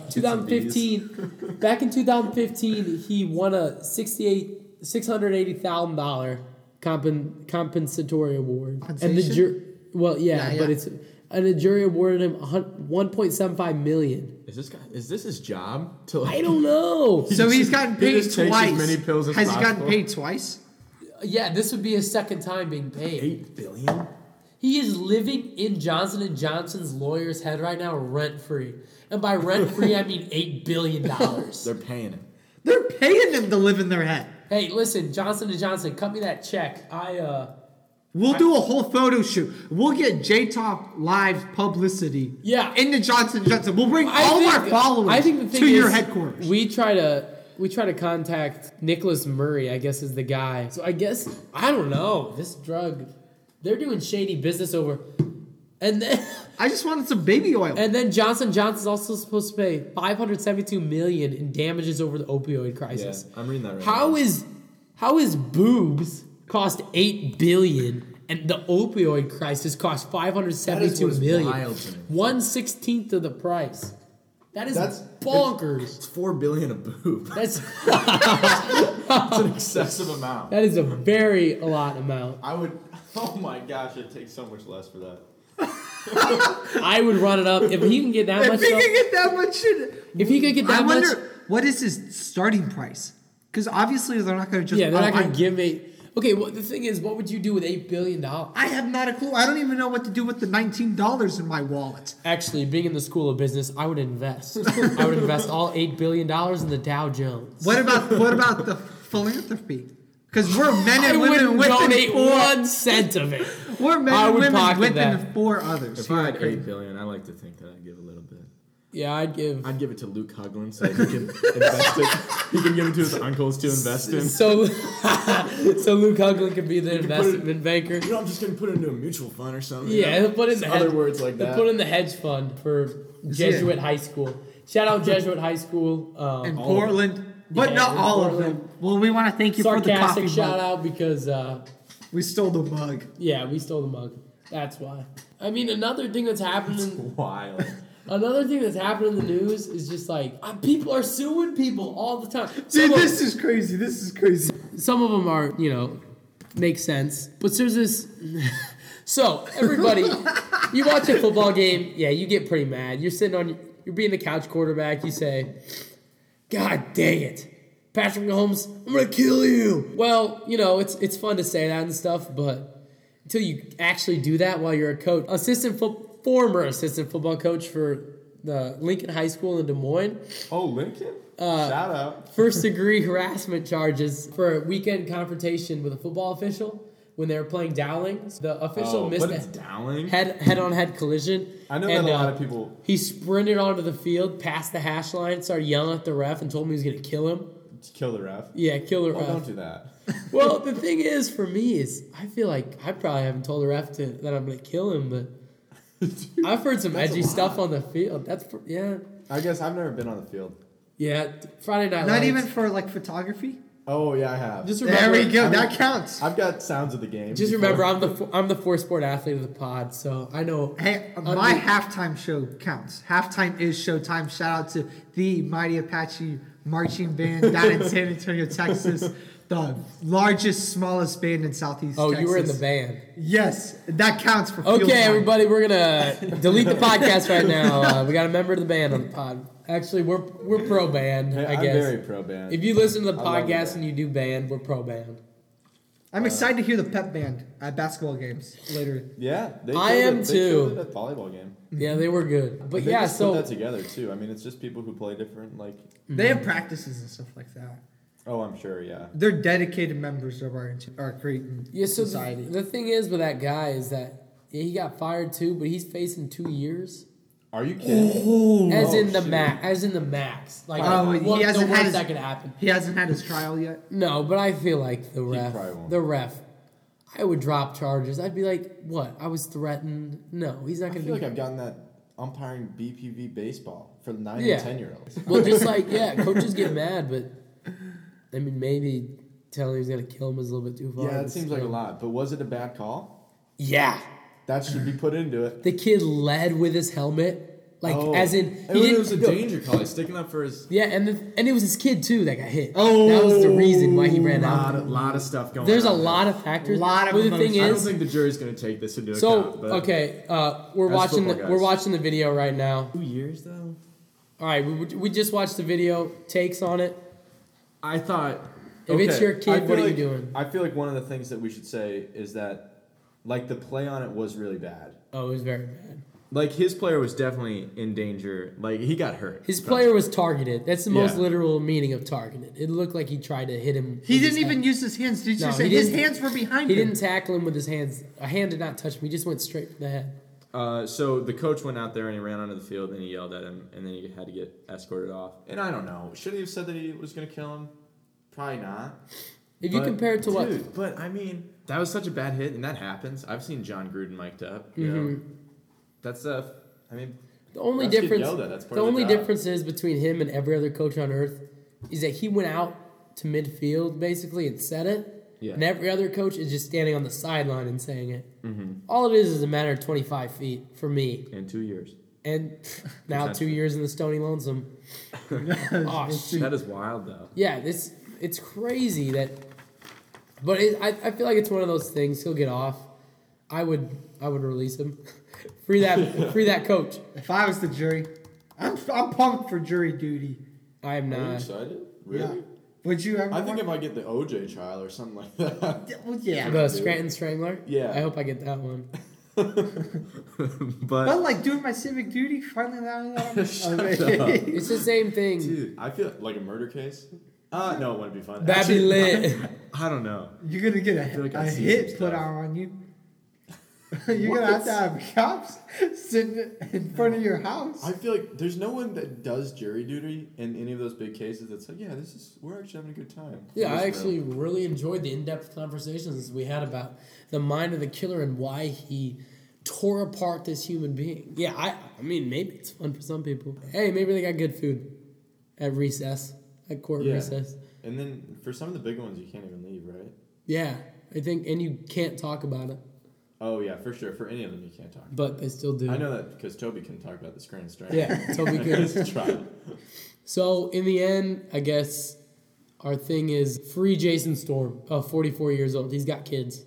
Speaker 1: 2015, back in 2015, he won a 68 six hundred eighty thousand dollar compen, compensatory award, and the
Speaker 3: Compensation?
Speaker 1: jury. Well, yeah,
Speaker 3: Yeah,
Speaker 1: but
Speaker 3: yeah.
Speaker 1: it's and the jury awarded him a hun- 1.75 million.
Speaker 4: is this guy? Is this his job? To like,
Speaker 1: I don't know.
Speaker 3: So
Speaker 4: just-
Speaker 3: he's gotten
Speaker 4: he
Speaker 3: paid
Speaker 4: just takes as
Speaker 3: twice.
Speaker 4: many pills as
Speaker 3: Has he gotten
Speaker 4: possible.
Speaker 3: paid twice?
Speaker 1: Yeah, this would be his second time being paid.
Speaker 4: eight billion.
Speaker 1: He is living in Johnson and Johnson's lawyer's head right now, rent free, and by rent free I mean eight billion dollars.
Speaker 4: They're paying him.
Speaker 3: They're paying him to live in their head.
Speaker 1: Hey, listen, Johnson and Johnson, cut me that check. I uh
Speaker 3: We'll do a whole photo shoot. We'll get J Top live publicity.
Speaker 1: Yeah.
Speaker 3: into Johnson Johnson. We'll bring
Speaker 1: I
Speaker 3: all
Speaker 1: think-
Speaker 3: our followers
Speaker 1: I think the thing
Speaker 3: to your
Speaker 1: is,
Speaker 3: headquarters.
Speaker 1: We try to we try to contact Nicholas Murray, I guess is the guy. So I guess I don't know. This drug they're doing shady business over and then
Speaker 3: I just wanted some baby oil.
Speaker 1: and then Johnson Johnson's also supposed to pay 572 million in damages over the opioid crisis.
Speaker 4: Yeah, I'm reading that right
Speaker 1: How
Speaker 4: now.
Speaker 1: is how is boobs cost 8 billion and the opioid crisis cost five hundred seventy-two
Speaker 4: what is
Speaker 1: million?
Speaker 4: wild to me.
Speaker 1: One sixteenth of the price. That is
Speaker 4: That's-
Speaker 1: bonkers.
Speaker 4: It's four billion a boob.
Speaker 1: That's
Speaker 4: That's an excessive amount.
Speaker 1: that is a very a lot amount.
Speaker 2: I would. Oh my gosh! It takes so much less for that.
Speaker 1: I would run it up if he can get that
Speaker 3: if
Speaker 1: much.
Speaker 3: he
Speaker 1: up-
Speaker 3: can get that much, shit-
Speaker 1: if he could get that
Speaker 3: I wonder
Speaker 1: much,
Speaker 3: what is his starting price? Because obviously they're not going to just.
Speaker 1: yeah, they're not
Speaker 3: oh, I-
Speaker 1: gonna give me. Okay, well the thing is, what would you do with eight billion dollars?
Speaker 3: I have not a clue. I don't even know what to do with the nineteen dollars in my wallet.
Speaker 1: Actually, being in the school of business, I would invest. I would invest all eight billion dollars in the Dow Jones.
Speaker 3: What about what about the philanthropy? Because we're men
Speaker 1: I
Speaker 3: and women
Speaker 1: wouldn't
Speaker 3: with and
Speaker 1: donate
Speaker 3: for.
Speaker 1: one cent of it.
Speaker 3: We're men
Speaker 1: I
Speaker 3: and
Speaker 1: would
Speaker 3: women
Speaker 1: pocket
Speaker 3: with
Speaker 1: that.
Speaker 3: and for others.
Speaker 4: If
Speaker 3: here
Speaker 4: I
Speaker 3: at
Speaker 4: had
Speaker 3: Craig.
Speaker 4: eight billion, I like to think that I'd give a little bit.
Speaker 1: Yeah, I'd give.
Speaker 4: I'd give it to Luke Hugland so that he can invest it. He can give it to his uncles to invest in.
Speaker 1: So, so Luke Hugland could be the
Speaker 4: can put it-
Speaker 1: investment banker.
Speaker 4: You know, I'm just gonna put it into a mutual fund or something. you
Speaker 1: Yeah,
Speaker 4: know?
Speaker 1: he'll put
Speaker 4: Just
Speaker 1: in the
Speaker 4: other
Speaker 1: hedge,
Speaker 4: words like
Speaker 1: he'll
Speaker 4: that.
Speaker 1: put in the hedge fund for Jesuit High School. Shout out Jesuit High School.
Speaker 3: in
Speaker 1: Um,
Speaker 3: Portland, but
Speaker 1: Yeah,
Speaker 3: not
Speaker 1: in
Speaker 3: all of
Speaker 1: Portland.
Speaker 3: them. Well, we want to thank you for the
Speaker 1: sarcastic
Speaker 3: coffee
Speaker 1: shout
Speaker 3: mug.
Speaker 1: out because uh,
Speaker 3: We stole the mug.
Speaker 1: Yeah, we stole the mug. That's why. I mean, another thing that's happening.
Speaker 2: Wild.
Speaker 1: Another thing that's happened in the news is just like uh, people are suing people all the time.
Speaker 3: Dude,
Speaker 1: Some of-
Speaker 3: this is crazy. This is crazy.
Speaker 1: some of them are, you know, make sense. But there's this. so everybody, you watch a football game. Yeah, you get pretty mad. You're sitting on, you're being the couch quarterback. You say, "God dang it, Patrick Mahomes, I'm gonna kill you." Well, you know, it's it's fun to say that and stuff, but until you actually do that while you're a coach, assistant foot former assistant football coach for the Lincoln High School in Des Moines
Speaker 2: Oh, Lincoln?
Speaker 1: Uh,
Speaker 2: Shout out.
Speaker 1: first degree harassment charges for a weekend confrontation with a football official when they were playing Dowling. The official
Speaker 2: Oh,
Speaker 1: missed
Speaker 2: but it's
Speaker 1: a
Speaker 2: Dowling.
Speaker 1: head head on head collision.
Speaker 2: I know
Speaker 1: and,
Speaker 2: that a lot
Speaker 1: uh,
Speaker 2: of people.
Speaker 1: He sprinted onto the field, past the hash line, started yelling at the ref, and told me he was going to kill him.
Speaker 2: Kill the ref.
Speaker 1: Yeah, kill the
Speaker 2: Oh,
Speaker 1: ref.
Speaker 2: don't do that.
Speaker 1: well, the thing is, for me, is I feel like I probably haven't told the ref to, that I'm going to kill him, but I've heard some edgy stuff on the field. That's pr- yeah,
Speaker 2: I guess I've never been on the field.
Speaker 1: yeah. Friday night.
Speaker 3: Not
Speaker 1: Lights.
Speaker 3: even for like photography.
Speaker 2: Oh yeah, I have.
Speaker 1: Just
Speaker 3: There
Speaker 1: remember,
Speaker 3: we go.
Speaker 2: I mean-
Speaker 3: that counts.
Speaker 2: I've got sounds of the game.
Speaker 1: Just
Speaker 2: before.
Speaker 1: remember, I'm the fo- I'm the four sport athlete of the pod, so I know.
Speaker 3: Hey,
Speaker 1: I'm
Speaker 3: my
Speaker 1: the-
Speaker 3: halftime show counts. Halftime is showtime. Shout out to the Mighty Apache Marching Band down in San Antonio, Texas. The largest, smallest band in Southeast
Speaker 1: Oh,
Speaker 3: Texas.
Speaker 1: you were in the band.
Speaker 3: Yes, that counts for field
Speaker 1: Okay,
Speaker 3: time.
Speaker 1: everybody, we're gonna delete the podcast right now. Uh, we got a member of the band on the pod. Actually, we're we're pro band,
Speaker 2: Hey,
Speaker 1: I
Speaker 2: I'm
Speaker 1: guess.
Speaker 2: very pro band.
Speaker 1: if you listen to the
Speaker 2: I love the
Speaker 1: podcast
Speaker 2: band.
Speaker 1: and you do band, we're pro band.
Speaker 3: Mm-hmm. I'm excited to hear the pep band at basketball games later.
Speaker 2: yeah, they
Speaker 1: I
Speaker 2: killed
Speaker 1: am
Speaker 2: it. They
Speaker 1: too.
Speaker 2: killed it at volleyball game.
Speaker 1: Yeah, they were good. But
Speaker 2: They
Speaker 1: yeah,
Speaker 2: just put
Speaker 1: so
Speaker 2: that together too. I mean, it's just people who play different. Like,
Speaker 1: Mm-hmm.
Speaker 3: They have practices and stuff like that.
Speaker 2: oh, I'm sure. Yeah,
Speaker 3: They're dedicated members of our our Creighton
Speaker 1: yeah, so the,
Speaker 3: society.
Speaker 1: the thing is with that guy is that yeah, he got fired too, but he's facing two years.
Speaker 2: are you kidding?
Speaker 1: As
Speaker 2: Oh,
Speaker 1: in the
Speaker 2: shoot.
Speaker 1: max, as in the max, like
Speaker 3: Oh, he
Speaker 1: what, the
Speaker 3: hasn't had
Speaker 1: worst
Speaker 3: his-
Speaker 1: that could happen.
Speaker 3: He hasn't had his trial yet.
Speaker 1: No, but I feel like the ref.
Speaker 2: probably won't.
Speaker 1: The ref. I would drop charges. I'd be like, "What? I was threatened." No, he's not
Speaker 2: I
Speaker 1: gonna
Speaker 2: feel
Speaker 1: be.
Speaker 2: like I've gotten that umpiring BPV baseball for nine
Speaker 1: Yeah.
Speaker 2: and ten year olds.
Speaker 1: well, just like yeah, coaches get mad, but I mean, maybe telling him he's gonna kill him is a little bit too far.
Speaker 2: Yeah, that seems like a lot. But was it a bad call?
Speaker 1: Yeah,
Speaker 2: That should be put into it.
Speaker 1: the kid led with his helmet, like
Speaker 2: Oh.
Speaker 1: as in
Speaker 2: It
Speaker 1: he
Speaker 2: was-
Speaker 1: didn't.
Speaker 2: it was a
Speaker 1: no.
Speaker 2: danger call. He's sticking up for his
Speaker 1: Yeah, and the, and it was his kid too that got hit.
Speaker 3: Oh,
Speaker 1: that was the reason why he ran
Speaker 2: lot,
Speaker 1: out.
Speaker 2: of, lot of stuff going.
Speaker 1: There's a
Speaker 2: on there.
Speaker 1: lot of factors.
Speaker 3: Lot of
Speaker 1: but the thing
Speaker 3: emotions.
Speaker 2: I
Speaker 1: is,
Speaker 2: don't think the jury's going to take this into
Speaker 1: So
Speaker 2: account. but-
Speaker 1: okay, uh, we're
Speaker 2: As
Speaker 1: watching the,
Speaker 2: football guys.
Speaker 1: we're watching the video right now.
Speaker 2: Two years though.
Speaker 1: All right, we, we just watched the video takes on it.
Speaker 2: I thought.
Speaker 1: If it's your
Speaker 2: I
Speaker 1: kid, what
Speaker 2: feel
Speaker 1: are you
Speaker 2: like-
Speaker 1: doing?
Speaker 2: I feel like one of the things that we should say is that, like, the play on it was really bad.
Speaker 1: Oh, it was very bad.
Speaker 2: Like his player was definitely in danger. Like he got hurt.
Speaker 1: His player was targeted. That's the most
Speaker 2: Yeah.
Speaker 1: literal meaning of targeted. It looked like he tried to hit him.
Speaker 3: He
Speaker 1: with
Speaker 3: didn't
Speaker 1: his
Speaker 3: even
Speaker 1: hand.
Speaker 3: use his hands. Did you
Speaker 1: No,
Speaker 3: say
Speaker 1: he
Speaker 3: his
Speaker 1: didn't-
Speaker 3: hands were behind
Speaker 1: He
Speaker 3: him?
Speaker 1: didn't tackle him with his hands. A hand did not touch him. He just went straight for the head.
Speaker 5: Uh, so the coach went out there and he ran onto the field and he yelled at him and then he had to get escorted off.
Speaker 2: And I don't know. Should he have said that he was going to kill him? Probably not.
Speaker 1: If you
Speaker 2: But-
Speaker 1: compare it to what
Speaker 2: Dude, but I mean, that was such a bad hit, and that happens. I've seen John Gruden mic'd up. You know,
Speaker 1: Mm-hmm.
Speaker 2: that's uh, I mean,
Speaker 1: the only
Speaker 2: refs get
Speaker 1: difference
Speaker 2: yelled at. That's part
Speaker 1: the
Speaker 2: of the
Speaker 1: only
Speaker 2: job.
Speaker 1: difference is between him and every other coach on earth is that he went out to midfield basically and said it.
Speaker 2: Yeah.
Speaker 1: And every other coach is just standing on the sideline and saying it.
Speaker 2: Mm-hmm.
Speaker 1: All it is is a matter of 25 feet for me.
Speaker 5: In two years.
Speaker 1: And now two
Speaker 5: Potentially.
Speaker 1: years in the Stony Lonesome. oh, shit.
Speaker 5: That is wild though.
Speaker 1: Yeah, this it's crazy that, but it, I, I feel like it's one of those things. He'll get off. I would I would release him, free that free that coach.
Speaker 3: If I was the jury, I'm, I'm pumped for jury duty.
Speaker 1: I am
Speaker 2: are you
Speaker 1: not.
Speaker 2: excited? Really?
Speaker 3: Yeah. Would you ever?
Speaker 2: I think
Speaker 3: want-
Speaker 2: I might get the OJ trial or something like that.
Speaker 3: Well, yeah.
Speaker 1: The Scranton Strangler.
Speaker 2: Yeah.
Speaker 1: I hope I get that one.
Speaker 5: but
Speaker 3: But like doing my civic duty, finally now that I'm okay.
Speaker 1: It's the same thing.
Speaker 2: Dude, I feel like a murder case. Uh, no, it wouldn't be fun.
Speaker 1: That'd be
Speaker 2: Actually,
Speaker 1: lit.
Speaker 5: I don't know.
Speaker 3: You're gonna get
Speaker 2: feel
Speaker 3: a,
Speaker 2: like
Speaker 3: a
Speaker 2: I've seen
Speaker 3: hit
Speaker 2: some
Speaker 3: put
Speaker 2: stuff.
Speaker 3: out on you. You're gonna have to have cops sitting in front of your house.
Speaker 2: I feel like there's no one that does jury duty in any of those big cases that's like, yeah, this is we're actually having a good time.
Speaker 1: Yeah, I
Speaker 2: This
Speaker 1: actually
Speaker 2: room.
Speaker 1: really enjoyed the in-depth conversations we had about the mind of the killer and why he tore apart this human being. Yeah, I I mean maybe it's fun for some people. Hey, maybe they got good food at recess, at court
Speaker 2: Yeah.
Speaker 1: recess.
Speaker 2: And then for some of the big ones, you can't even leave, right?
Speaker 1: Yeah. I think, and you can't talk about it,
Speaker 2: Oh yeah, for sure. For any of them, you can't talk.
Speaker 1: but they still do.
Speaker 2: I know that because Toby can talk about the screen strike.
Speaker 1: Yeah, Toby can.
Speaker 2: His trial.
Speaker 1: So in the end, I guess our thing is free Jason Storm, uh, 44 years old. He's got kids.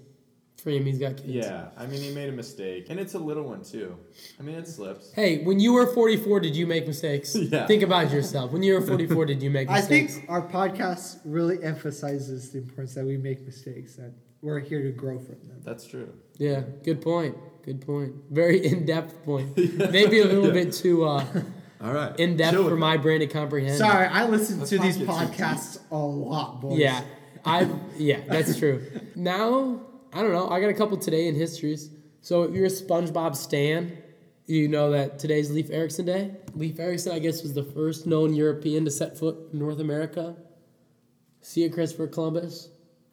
Speaker 1: Free him. He's got kids.
Speaker 2: Yeah, I mean he made a mistake, and it's a little one too. I mean it slips.
Speaker 1: Hey, when you were 44, did you make mistakes?
Speaker 2: Yeah.
Speaker 1: Think about yourself. When you were 44, did you make
Speaker 3: I
Speaker 1: mistakes?
Speaker 3: think our podcast really emphasizes the importance that we make mistakes, that we're here to grow from them.
Speaker 2: That's true.
Speaker 1: Yeah. Good point. Good point. Very in depth point. Maybe a little bit too uh,
Speaker 5: All right.
Speaker 1: in depth
Speaker 5: Chill
Speaker 1: for
Speaker 5: with
Speaker 1: my brain to comprehend.
Speaker 3: Sorry, I listen
Speaker 2: Let's
Speaker 3: to
Speaker 2: not
Speaker 3: these
Speaker 2: get too deep.
Speaker 3: podcasts a lot, boys.
Speaker 1: Yeah. I yeah, that's true. Now, I don't know. I got a couple today in histories. So if you're a SpongeBob stan, you know that today's Leif Erikson Day. Leif Erikson, I guess, was the first known European to set foot in North America. See you, Christopher Columbus.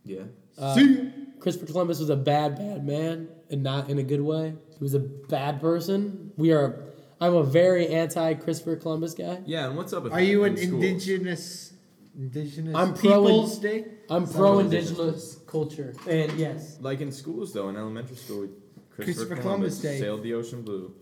Speaker 5: it. Yeah.
Speaker 3: See ya.
Speaker 1: Christopher Columbus was a bad, bad man, and not in a good way. He was a bad person. We are. I'm a very anti Christopher Columbus guy.
Speaker 5: Yeah, and what's up with
Speaker 3: Are
Speaker 5: that
Speaker 3: you
Speaker 5: in
Speaker 3: an
Speaker 5: schools?
Speaker 3: indigenous indigenous
Speaker 1: I'm pro-
Speaker 3: people's day?
Speaker 1: I'm pro indigenous culture, and yes,
Speaker 5: Like in schools, though, in elementary school, we-
Speaker 3: Christopher
Speaker 5: Christopher
Speaker 3: Columbus
Speaker 5: Columbus
Speaker 3: Day.
Speaker 5: sailed the ocean blue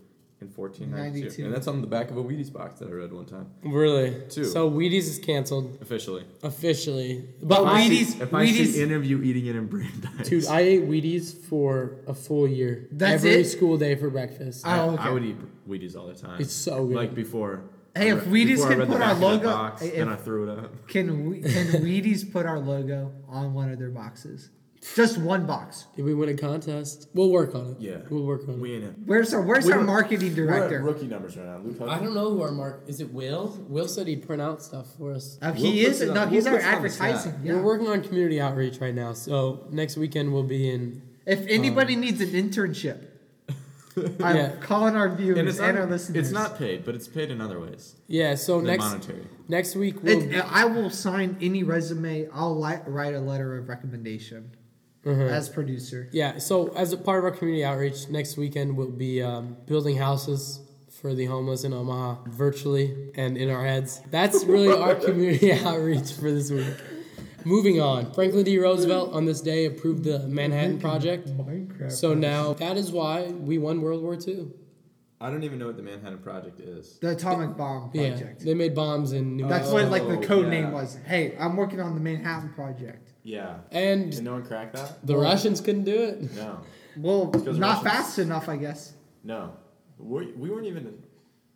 Speaker 5: in 1492.
Speaker 3: 92.
Speaker 5: And that's on the back of a Wheaties box that I read one time.
Speaker 1: really.
Speaker 5: Two.
Speaker 1: So Wheaties is canceled.
Speaker 5: Officially.
Speaker 1: Officially.
Speaker 3: But
Speaker 1: I-
Speaker 3: Wheaties,
Speaker 5: If I
Speaker 3: Wheaties,
Speaker 5: see interview eating it in Brandeis,
Speaker 1: Dude, I ate Wheaties for a full year.
Speaker 3: That's
Speaker 1: Every
Speaker 3: it?
Speaker 1: school day for breakfast.
Speaker 3: I- Oh,
Speaker 5: I
Speaker 3: okay.
Speaker 5: would eat Wheaties all the time.
Speaker 1: It's so good.
Speaker 5: Like before.
Speaker 3: Hey,
Speaker 5: I
Speaker 3: if
Speaker 5: re-
Speaker 3: Wheaties
Speaker 5: before I
Speaker 3: could
Speaker 5: read the
Speaker 3: put
Speaker 5: back
Speaker 3: our
Speaker 5: of the
Speaker 3: logo-
Speaker 5: box,
Speaker 3: if-
Speaker 5: then I threw it up.
Speaker 3: can we, can Wheaties put our logo on one of their boxes? Just one box.
Speaker 1: if we win a contest, we'll work on it.
Speaker 5: Yeah.
Speaker 1: We'll work on it.
Speaker 5: We ain't it.
Speaker 3: Where's our Where's
Speaker 2: We
Speaker 3: our
Speaker 2: don't-
Speaker 3: marketing
Speaker 2: We're at
Speaker 3: director?
Speaker 2: rookie numbers right now. Luke
Speaker 1: I
Speaker 2: Hudson.
Speaker 1: don't know who our mark is. It Will? Will said he'd print out stuff for us.
Speaker 3: Uh,
Speaker 5: We'll
Speaker 3: he
Speaker 5: put
Speaker 3: is.
Speaker 5: it on-
Speaker 3: No, he's
Speaker 5: we'll
Speaker 3: our
Speaker 5: put it on the stack.
Speaker 3: advertising. Yeah.
Speaker 1: We're working on community outreach right now, so next weekend we'll be in.
Speaker 3: If anybody needs an internship, I'm
Speaker 1: Yeah.
Speaker 3: calling our viewers and,
Speaker 5: And it's, not,
Speaker 3: our listeners.
Speaker 5: it's not paid, but it's paid in other ways
Speaker 1: Yeah, so
Speaker 5: than
Speaker 1: next
Speaker 5: monetary.
Speaker 1: next week we'll.
Speaker 3: It, I will sign any resume. I'll li- write a letter of recommendation
Speaker 1: Uh-huh.
Speaker 3: as producer.
Speaker 1: Yeah, so as a part of our community outreach, next weekend we'll be um, building houses for the homeless in Omaha virtually and in our heads. That's really our community outreach for this week. Moving on, Franklin D. Roosevelt on this day approved the Manhattan Project.
Speaker 3: Minecraft.
Speaker 1: So now that is why we won World War II.
Speaker 5: I don't even know what the Manhattan Project is.
Speaker 3: the atomic bomb
Speaker 1: Yeah,
Speaker 3: project.
Speaker 1: they made bombs in New
Speaker 3: That's
Speaker 1: York.
Speaker 3: what like the
Speaker 2: Oh,
Speaker 3: code
Speaker 2: yeah.
Speaker 3: name was. Hey, I'm working on the Manhattan Project.
Speaker 2: Yeah. Did
Speaker 1: And
Speaker 2: no one crack that?
Speaker 1: the Russians couldn't do it.
Speaker 2: No.
Speaker 3: Well,
Speaker 2: Because
Speaker 3: not
Speaker 2: Russians-
Speaker 3: fast enough, I guess.
Speaker 2: No. We, we weren't even.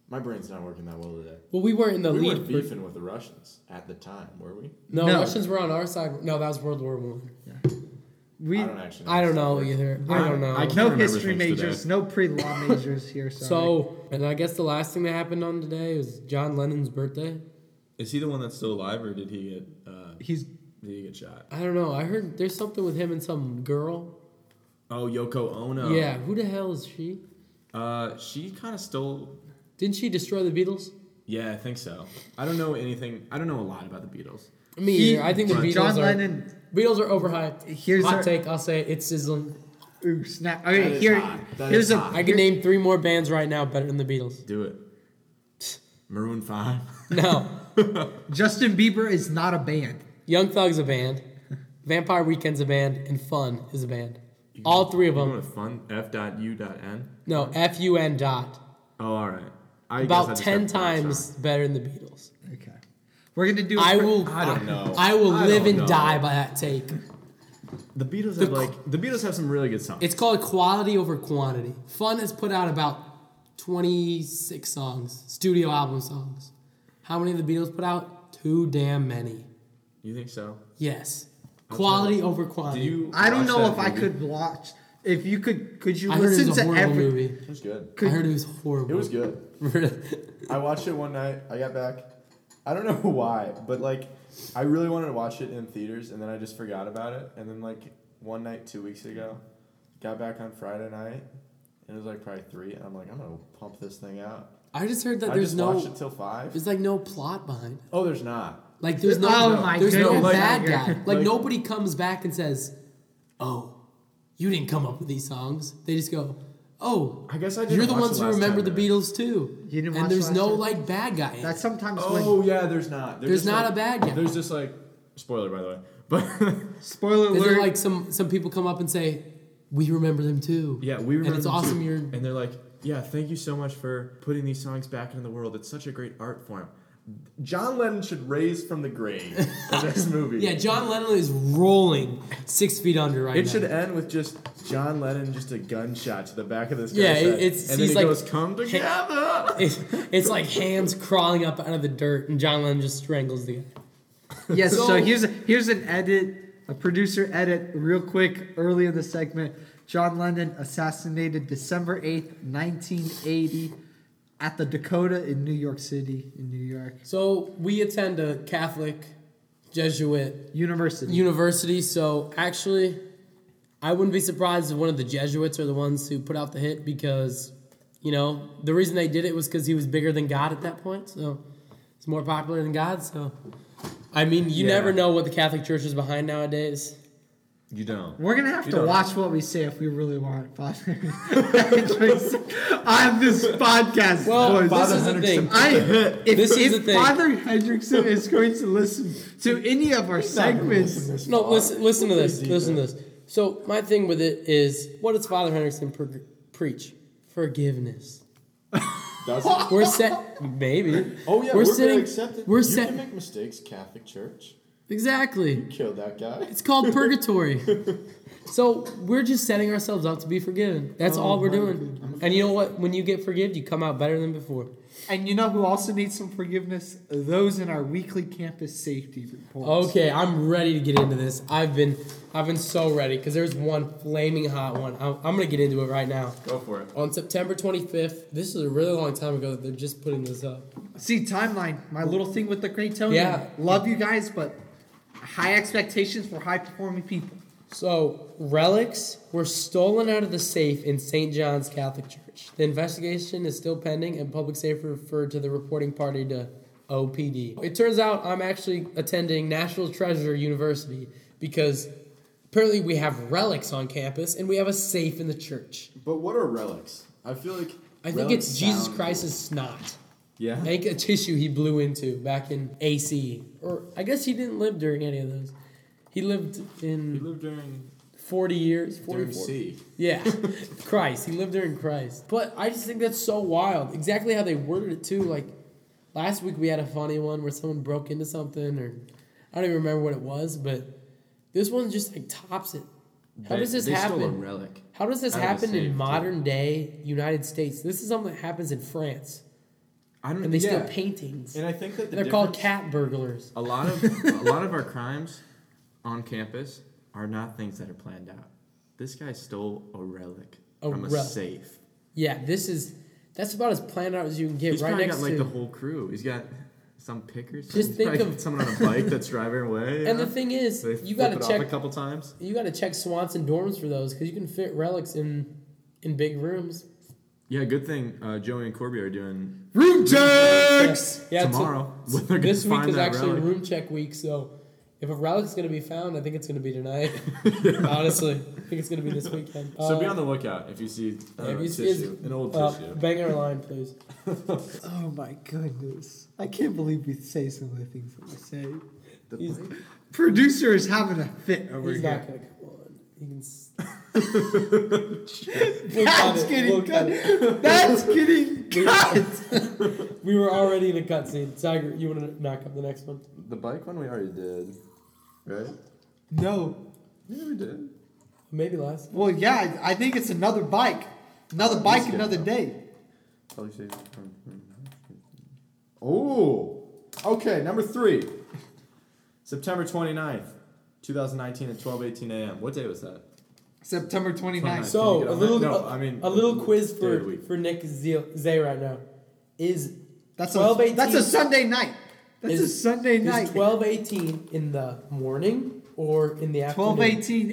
Speaker 2: My brain's not working that well today.
Speaker 1: Well, we weren't in the
Speaker 2: we
Speaker 1: lead.
Speaker 2: weren't
Speaker 1: for-
Speaker 2: beefing with the Russians at the time, were we?
Speaker 1: no,
Speaker 3: No.
Speaker 1: Russians were on our side. No, that was World War One.
Speaker 3: We
Speaker 2: I don't actually.
Speaker 1: I don't know
Speaker 2: Stuff.
Speaker 1: either. I don't know.
Speaker 5: I can't
Speaker 3: no
Speaker 5: remember
Speaker 3: history
Speaker 5: things today.
Speaker 3: majors, no pre-law majors here. Sorry.
Speaker 1: So, and I guess the last thing that happened on today was John Lennon's birthday.
Speaker 5: Is he the one that's still alive, or did he get uh,
Speaker 3: he's
Speaker 5: did he get shot?
Speaker 1: I don't know. I heard there's something with him and some girl.
Speaker 5: Oh, Yoko Ono.
Speaker 1: Yeah, who the hell is she?
Speaker 5: Uh, she kind of stole.
Speaker 1: Didn't she destroy the Beatles?
Speaker 5: Yeah, I think so. I don't know anything. I don't know a lot about the Beatles.
Speaker 1: Me
Speaker 3: He-
Speaker 1: either. I think the Beatles
Speaker 3: John
Speaker 1: are
Speaker 3: Lennon.
Speaker 1: Beatles are overhyped.
Speaker 3: Here's
Speaker 1: Hot
Speaker 3: our-
Speaker 1: take. I'll say it. it's sizzling.
Speaker 3: Ooh, snap.
Speaker 2: That
Speaker 3: Okay,
Speaker 2: is
Speaker 3: here,
Speaker 2: hot. That
Speaker 3: here's
Speaker 2: is
Speaker 3: a.
Speaker 2: hot.
Speaker 1: I can name three more bands right now better than the Beatles.
Speaker 5: Do it. Maroon Five.
Speaker 1: No,
Speaker 3: Justin Bieber is not a band.
Speaker 1: Young Thug's a band, Vampire Weekend's a band, and Fun is a band. All three of
Speaker 5: You
Speaker 1: them.
Speaker 5: want a fun F dot U dot N.
Speaker 1: No, F U N dot.
Speaker 5: Oh, all right. I guess I
Speaker 1: About
Speaker 5: just
Speaker 1: ten
Speaker 5: have to watch
Speaker 1: times better than the Beatles.
Speaker 3: Okay, we're gonna do. a
Speaker 1: I
Speaker 3: quick-
Speaker 1: will.
Speaker 5: I don't know.
Speaker 1: I will
Speaker 5: I
Speaker 1: live
Speaker 5: don't
Speaker 1: and
Speaker 5: know.
Speaker 1: die by that take.
Speaker 5: that. The Beatles have like the Beatles have some really good songs.
Speaker 1: It's called quality over quantity. Fun has put out about 26 songs, studio album songs. How many of the Beatles put out? Too damn many.
Speaker 5: you think so?
Speaker 1: Yes. Quality over
Speaker 5: Do
Speaker 1: quantity.
Speaker 5: you?
Speaker 3: I don't
Speaker 5: watch
Speaker 3: know
Speaker 5: that
Speaker 3: if I
Speaker 5: movie?
Speaker 3: could watch. If you could, could you
Speaker 1: I heard it
Speaker 3: listen
Speaker 1: was a
Speaker 3: to
Speaker 1: horrible
Speaker 3: every?
Speaker 1: movie.
Speaker 2: It was good.
Speaker 1: I heard it was horrible.
Speaker 2: It was good. I watched it one night. I got back. I don't know why, but like, I really wanted to watch it in theaters, and then I just forgot about it. And then like one night, two weeks ago, got back on Friday night, and it was like probably three. And I'm like, I'm gonna pump this thing out.
Speaker 1: I just heard that
Speaker 2: I
Speaker 1: there's
Speaker 2: just watched
Speaker 1: no.
Speaker 2: it till five.
Speaker 1: There's like no plot behind. it.
Speaker 2: Oh, there's not.
Speaker 1: Like there's no.
Speaker 3: Oh my
Speaker 1: there's no
Speaker 3: goodness.
Speaker 1: bad guy.
Speaker 3: Like-
Speaker 1: Like, nobody comes back and says, "Oh, you didn't come up with these songs." They just go, "Oh,
Speaker 5: I guess I didn't
Speaker 1: you're the
Speaker 5: watch
Speaker 1: ones
Speaker 5: the
Speaker 1: who
Speaker 5: last
Speaker 1: remember
Speaker 5: 10
Speaker 1: the
Speaker 5: minutes.
Speaker 1: Beatles too."
Speaker 3: You didn't
Speaker 1: and
Speaker 3: watch
Speaker 1: there's
Speaker 3: the last
Speaker 1: no
Speaker 3: 10
Speaker 1: like bad guy. in it.
Speaker 3: That's sometimes when
Speaker 2: Oh yeah, there's not. They're
Speaker 1: There's
Speaker 2: just,
Speaker 1: not
Speaker 2: like-
Speaker 1: a bad guy.
Speaker 5: There's just like
Speaker 2: Spoiler, by the way. But
Speaker 3: Spoiler
Speaker 1: Is it
Speaker 3: alert.
Speaker 1: like some some people come up and say, "We remember them too"?
Speaker 2: yeah, we remember.
Speaker 1: and it's
Speaker 2: them
Speaker 1: awesome.
Speaker 2: too.
Speaker 1: You're
Speaker 2: And they're like, yeah, thank you so much for putting these songs back into the world. It's such a great art form. John Lennon should raise from the grave in this movie.
Speaker 1: yeah. John Lennon is rolling six feet under right
Speaker 2: It
Speaker 1: now.
Speaker 2: should end with just John Lennon, just a gunshot to the back of this.
Speaker 1: Yeah,
Speaker 2: guy's
Speaker 1: it-
Speaker 2: head.
Speaker 1: it's-
Speaker 2: and then
Speaker 1: he's
Speaker 2: he
Speaker 1: like-
Speaker 2: goes, "Come together."
Speaker 1: It- it's like hands crawling up out of the dirt, and John Lennon just strangles the.
Speaker 3: yes. So,
Speaker 1: So-
Speaker 3: here's a, here's an edit, a producer edit, real quick, early in the segment. John Lennon assassinated December eighth, nineteen eighty, at the Dakota in New York City, in New York
Speaker 1: So we attend a Catholic Jesuit
Speaker 3: University.
Speaker 1: university. So actually, I wouldn't be surprised if one of the Jesuits are the ones who put out the hit because, you know, the reason they did it was because he was bigger than God at that point. So he's more popular than God. So, I mean, you
Speaker 2: Yeah.
Speaker 1: never know what the Catholic Church is behind nowadays.
Speaker 2: You don't.
Speaker 3: We're gonna have
Speaker 2: You
Speaker 3: to
Speaker 2: don't-
Speaker 3: watch what we say if we really want it, Father. on this podcast,
Speaker 1: Well,
Speaker 3: boys.
Speaker 1: this is the thing.
Speaker 3: I if,
Speaker 1: This is
Speaker 3: if
Speaker 1: the thing.
Speaker 3: Father Hendrickson is going to listen to any of our segments,
Speaker 1: No, listen, listen to this. Listen to this. So my thing with it is, what does Father Henderson pre- preach? Forgiveness.
Speaker 6: Does it?
Speaker 1: We're set. Maybe.
Speaker 6: Oh yeah,
Speaker 1: We're
Speaker 6: we're,
Speaker 1: sitting-
Speaker 6: gonna accept it.
Speaker 1: we're
Speaker 6: you
Speaker 1: sit-
Speaker 6: can make mistakes, Catholic Church.
Speaker 1: Exactly.
Speaker 6: Kill that guy.
Speaker 1: It's called purgatory. so we're just setting ourselves up to be forgiven. That's all we're doing. And you know what? When you get forgiven, you come out better than before.
Speaker 3: and you know who also needs some forgiveness? Those in our weekly campus safety reports.
Speaker 1: Okay, I'm ready to get into this. I've been, I've been so ready because there's one flaming hot one. I'm, I'm gonna get into it right now.
Speaker 2: Go for it.
Speaker 1: On September 25th, this is a really long time ago that they're just putting this up.
Speaker 3: See timeline. My little thing with the Great Tony.
Speaker 1: Yeah.
Speaker 3: Love you guys, but high expectations for high performing people.
Speaker 1: So, relics were stolen out of the safe in St. John's Catholic Church. The investigation is still pending, and Public Safety referred to the reporting party to OPD. It turns out I'm actually attending National Treasure University because apparently we have relics on campus and we have a safe in the church.
Speaker 6: But what are relics? I feel like
Speaker 1: I think
Speaker 6: relics
Speaker 1: it's Jesus
Speaker 6: sound-
Speaker 1: Christ's snot.
Speaker 2: Yeah.
Speaker 1: I think a tissue he blew into back in AC. Or I guess he didn't live during any of those. He lived
Speaker 2: He
Speaker 1: in
Speaker 2: lived during
Speaker 1: 40 years, 44.
Speaker 6: during C.
Speaker 1: Yeah, Christ. He lived during Christ. But I just think that's so wild. Exactly how they worded it too. Like last week we had a funny one where someone broke into something, or I don't even remember what it was. But this one just like tops it. How does this
Speaker 2: they Stole a
Speaker 1: happen?
Speaker 2: relic.
Speaker 1: How does this
Speaker 2: out of the
Speaker 1: happen
Speaker 2: safe,
Speaker 1: in
Speaker 2: too.
Speaker 1: modern day United States? This is something that happens in France,
Speaker 2: I don't.
Speaker 1: and they
Speaker 2: yeah.
Speaker 1: steal paintings.
Speaker 2: And I think that the
Speaker 1: They're called
Speaker 2: difference-
Speaker 1: cat burglars.
Speaker 2: A lot of a lot of our crimes on campus are not things that are planned out. This guy stole a relic
Speaker 1: A
Speaker 2: from a
Speaker 1: relic.
Speaker 2: safe.
Speaker 1: Yeah, this is that's about as planned out as you can get.
Speaker 2: He's
Speaker 1: right
Speaker 2: probably
Speaker 1: next
Speaker 2: got like
Speaker 1: to
Speaker 2: the whole crew. He's got some pickers.
Speaker 1: Just
Speaker 2: He's
Speaker 1: think
Speaker 2: probably
Speaker 1: of-
Speaker 2: got someone on a bike that's driving away.
Speaker 1: And
Speaker 2: yeah.
Speaker 1: the thing is,
Speaker 2: They
Speaker 1: you
Speaker 2: flip
Speaker 1: got
Speaker 2: it
Speaker 1: to
Speaker 2: off
Speaker 1: check
Speaker 2: a couple times.
Speaker 1: You got to check Swanson dorms for those because you can fit relics in in big rooms.
Speaker 2: Yeah, good thing uh, Joey and Corby are doing
Speaker 3: Room checks.
Speaker 1: Yeah, it's-
Speaker 2: tomorrow. when they're gonna
Speaker 1: this week
Speaker 2: find
Speaker 1: is
Speaker 2: that
Speaker 1: actually
Speaker 2: relic.
Speaker 1: room check week, so if a relic's gonna be found, I think it's gonna be tonight. Honestly, I think it's gonna be this weekend.
Speaker 2: So be on the lookout if you see uh,
Speaker 1: Uh, if you see it's-
Speaker 2: tissue, an old
Speaker 1: uh,
Speaker 2: tissue.
Speaker 1: bang our line, please.
Speaker 3: Oh my goodness. I can't believe we say some of the things that we say.
Speaker 1: He's,
Speaker 3: Producer is having a fit over
Speaker 1: he's not
Speaker 3: here.
Speaker 1: gonna come on. He can. s- We'll cut
Speaker 3: That's
Speaker 1: it,
Speaker 3: getting
Speaker 1: we'll cut it.
Speaker 3: cut. That's getting cut.
Speaker 1: We were already in a cutscene. Tiger, you want to knock up the next one?
Speaker 6: The bike one we already did, right?
Speaker 3: No.
Speaker 6: Yeah, we did.
Speaker 1: Maybe last.
Speaker 3: Well, yeah, I I think it's another bike. Another bike, another day.
Speaker 6: Probably saved it from- Oh, okay. Number three.
Speaker 2: September 29th, 2019 at 12:18 a.m. What day was that?
Speaker 3: September 29th.
Speaker 2: So-
Speaker 1: So
Speaker 2: Can you
Speaker 1: a
Speaker 2: get on
Speaker 1: little,
Speaker 2: that? No,
Speaker 1: a,
Speaker 2: I mean,
Speaker 1: a little quiz
Speaker 2: third
Speaker 1: for,
Speaker 2: week.
Speaker 1: for Nick Zeal- Zay right now. Is
Speaker 3: that's,
Speaker 1: twelve
Speaker 3: a,
Speaker 1: eighteen.
Speaker 3: that's a Sunday night. That's a
Speaker 1: Is-
Speaker 3: Sunday night.
Speaker 1: is twelve eighteen in the morning or in the afternoon?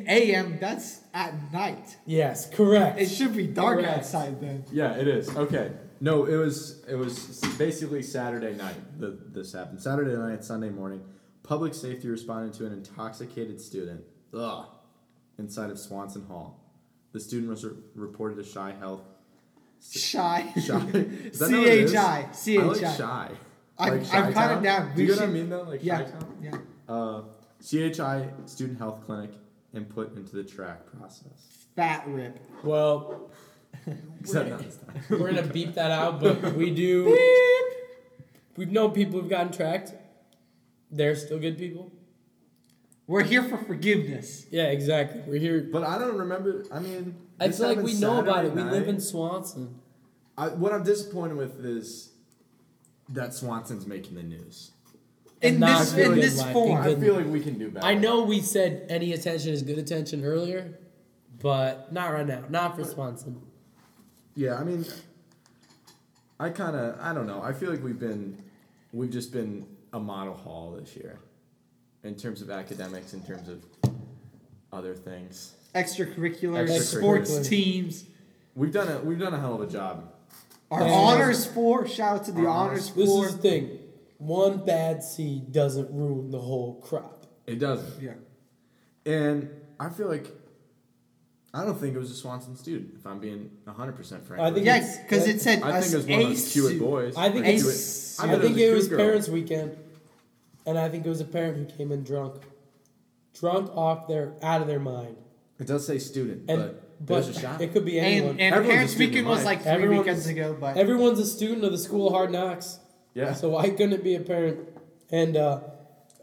Speaker 3: 12 a.m. That's at night.
Speaker 1: Yes, correct.
Speaker 3: It should be dark
Speaker 1: Correct.
Speaker 3: outside then.
Speaker 2: Yeah, it is. Okay. No, it was it was basically Saturday night that this happened. Saturday night, Sunday morning, public safety responded to an intoxicated student. Ugh. Inside of Swanson Hall, the student was re- reported to Shy Health. Shy.
Speaker 3: Shy.
Speaker 2: Is that not what it is?
Speaker 3: C-H-I.
Speaker 2: I like
Speaker 3: C-H-I.
Speaker 2: Shy.
Speaker 3: I've-
Speaker 2: Like Chi
Speaker 3: I've got it
Speaker 2: Town?
Speaker 3: down.
Speaker 2: Do
Speaker 3: We
Speaker 2: you know
Speaker 3: should-
Speaker 2: what I mean though? Like Chi
Speaker 3: Yeah.
Speaker 2: Town?
Speaker 3: Yeah.
Speaker 2: Uh, CHI Student Health Clinic, and put into the track process.
Speaker 3: Fat rip.
Speaker 1: Well,
Speaker 2: Except not this time.
Speaker 1: we're gonna beep that out, but we do. We've known people who've gotten tracked. They're still good people.
Speaker 3: We're here for forgiveness.
Speaker 1: Yeah, exactly. We're here.
Speaker 2: But I don't remember. I mean,
Speaker 1: It's
Speaker 2: this
Speaker 1: like
Speaker 2: happened
Speaker 1: we know about it.
Speaker 2: Saturday
Speaker 1: We live
Speaker 2: night.
Speaker 1: in Swanson.
Speaker 2: I, what I'm disappointed with is that Swanson's making the news.
Speaker 1: And
Speaker 3: In
Speaker 1: not
Speaker 3: this
Speaker 1: feel
Speaker 3: in
Speaker 1: good,
Speaker 3: this
Speaker 1: like,
Speaker 3: form.
Speaker 1: because-
Speaker 7: I feel like we can do better.
Speaker 1: I know we said any attention is good attention earlier, but not right now. Not for Swanson.
Speaker 2: Yeah, I mean, I kind of, I don't know. I feel like we've been, we've just been a model hall this year, in terms of academics, in terms of other things.
Speaker 3: Extracurriculars,
Speaker 2: Extracurriculars.
Speaker 3: sports teams,
Speaker 2: We've done a, we've done a hell of a job.
Speaker 3: our
Speaker 1: Yeah.
Speaker 3: honors floor. Shout out to the honors
Speaker 1: This
Speaker 3: floor.
Speaker 1: is the thing. One bad seed doesn't ruin the whole crop.
Speaker 2: It doesn't,
Speaker 3: yeah.
Speaker 2: and I feel like, I don't think it was a Swanson student. If I'm being hundred percent frank,
Speaker 1: I think
Speaker 2: with
Speaker 3: Yes, because it said
Speaker 2: you. I think it was one of those cute boys.
Speaker 1: I think
Speaker 2: or
Speaker 1: it's-
Speaker 2: Kiewit-
Speaker 1: I,
Speaker 2: bet
Speaker 1: think it was,
Speaker 2: Kiewit girl.
Speaker 1: parents' weekend, and I think it was a parent who came in drunk, drunk off their out of their mind.
Speaker 2: It does say student,
Speaker 1: And
Speaker 2: but,
Speaker 1: but
Speaker 2: there's a shot.
Speaker 1: it could be anyone.
Speaker 3: And, and
Speaker 2: Everyone's
Speaker 3: parents'
Speaker 2: a student
Speaker 3: weekend
Speaker 2: of
Speaker 3: was
Speaker 2: mine.
Speaker 3: like three
Speaker 1: Everyone's-
Speaker 3: weekends ago, but
Speaker 1: Everyone's a student of the school of hard knocks.
Speaker 2: yeah.
Speaker 1: So why couldn't it be a parent? And uh,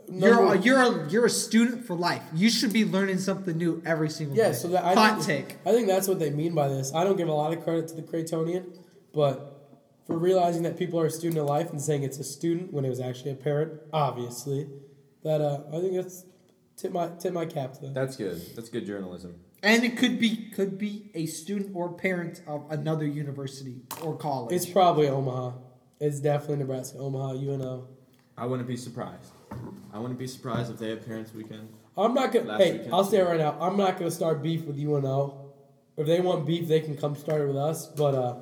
Speaker 3: you're
Speaker 1: number,
Speaker 3: a, you're a, you're a student for life. You should be learning something new every single
Speaker 1: yeah.
Speaker 3: day.
Speaker 1: So that I
Speaker 3: hot
Speaker 1: think,
Speaker 3: take.
Speaker 1: I think that's what they mean by this. I don't give a lot of credit to the Craytonian, but for realizing that people are a student of life and saying it's a student when it was actually a parent, obviously, that uh, I think that's tip my tip my cap to them.
Speaker 2: That's good. That's good journalism.
Speaker 3: And it could be could be a student or parent of another university or college.
Speaker 1: It's probably Omaha. It's definitely Nebraska, Omaha, UNO.
Speaker 2: I wouldn't be surprised. I wouldn't be surprised if they have parents' weekend.
Speaker 1: I'm not gonna.
Speaker 2: Last
Speaker 1: hey,
Speaker 2: weekend.
Speaker 1: I'll say it right now. I'm not gonna start beef with UNO. If they want beef, they can come start it with us. But uh,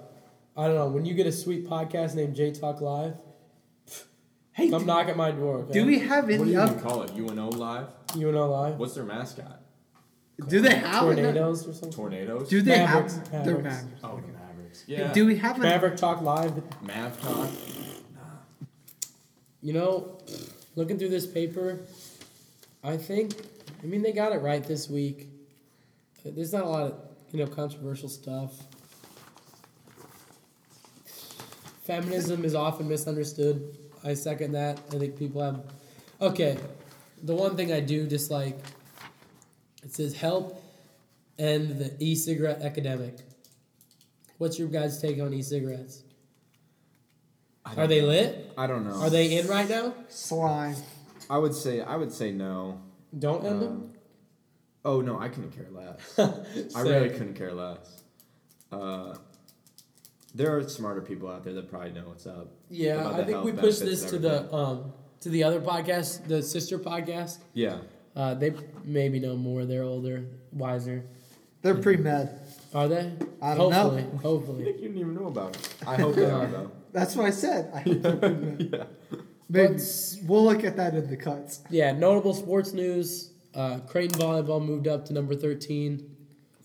Speaker 1: I don't know. When you get a sweet podcast named J Talk Live,
Speaker 3: hey,
Speaker 1: come
Speaker 3: do,
Speaker 1: knock at my door. Okay?
Speaker 3: do we have
Speaker 2: What do
Speaker 3: any
Speaker 2: you even
Speaker 3: up?
Speaker 2: call it? UNO Live?
Speaker 1: UNO Live?
Speaker 2: What's their mascot?
Speaker 3: Do they have an-
Speaker 1: Tornadoes or something?
Speaker 2: Tornadoes?
Speaker 3: Do they
Speaker 1: Mavericks,
Speaker 3: have?
Speaker 1: Mavericks.
Speaker 3: They're Mavericks.
Speaker 2: oh, the Mavericks. Yeah.
Speaker 3: Do we have an
Speaker 1: Maverick Talk Live.
Speaker 2: Mav Talk.
Speaker 1: You know, looking through this paper, I think. I mean, they got it right this week. There's not a lot of you know controversial stuff. Feminism is often misunderstood. I second that. I think people have. Okay, the one thing I do dislike. It says help end the e-cigarette epidemic. What's your guys' take on e-cigarettes? Are they lit?
Speaker 2: I don't know.
Speaker 1: Are they in right now?
Speaker 3: slime?
Speaker 2: I would say. I would say no.
Speaker 1: Don't end
Speaker 2: Um, oh no, I couldn't care less.
Speaker 1: them. So,
Speaker 2: I really couldn't care less. Uh, there are smarter people out there that probably know what's up.
Speaker 1: yeah,
Speaker 2: about
Speaker 1: I
Speaker 2: the
Speaker 1: think
Speaker 2: health
Speaker 1: we pushed
Speaker 2: benefits
Speaker 1: this to
Speaker 2: and
Speaker 1: the
Speaker 2: everything.
Speaker 1: um to the other podcast, the sister podcast.
Speaker 2: Yeah.
Speaker 1: Uh, they maybe know more. They're older, wiser.
Speaker 3: They're pre med.
Speaker 1: Are they?
Speaker 3: I don't know.
Speaker 1: hopefully, Hopefully,
Speaker 2: you didn't even know about it. I hope they are though.
Speaker 3: That's what I said. I hope they're pre-med. Maybe we'll look at that in the cuts.
Speaker 1: yeah. Notable sports news: uh, Creighton volleyball moved up to number thirteen.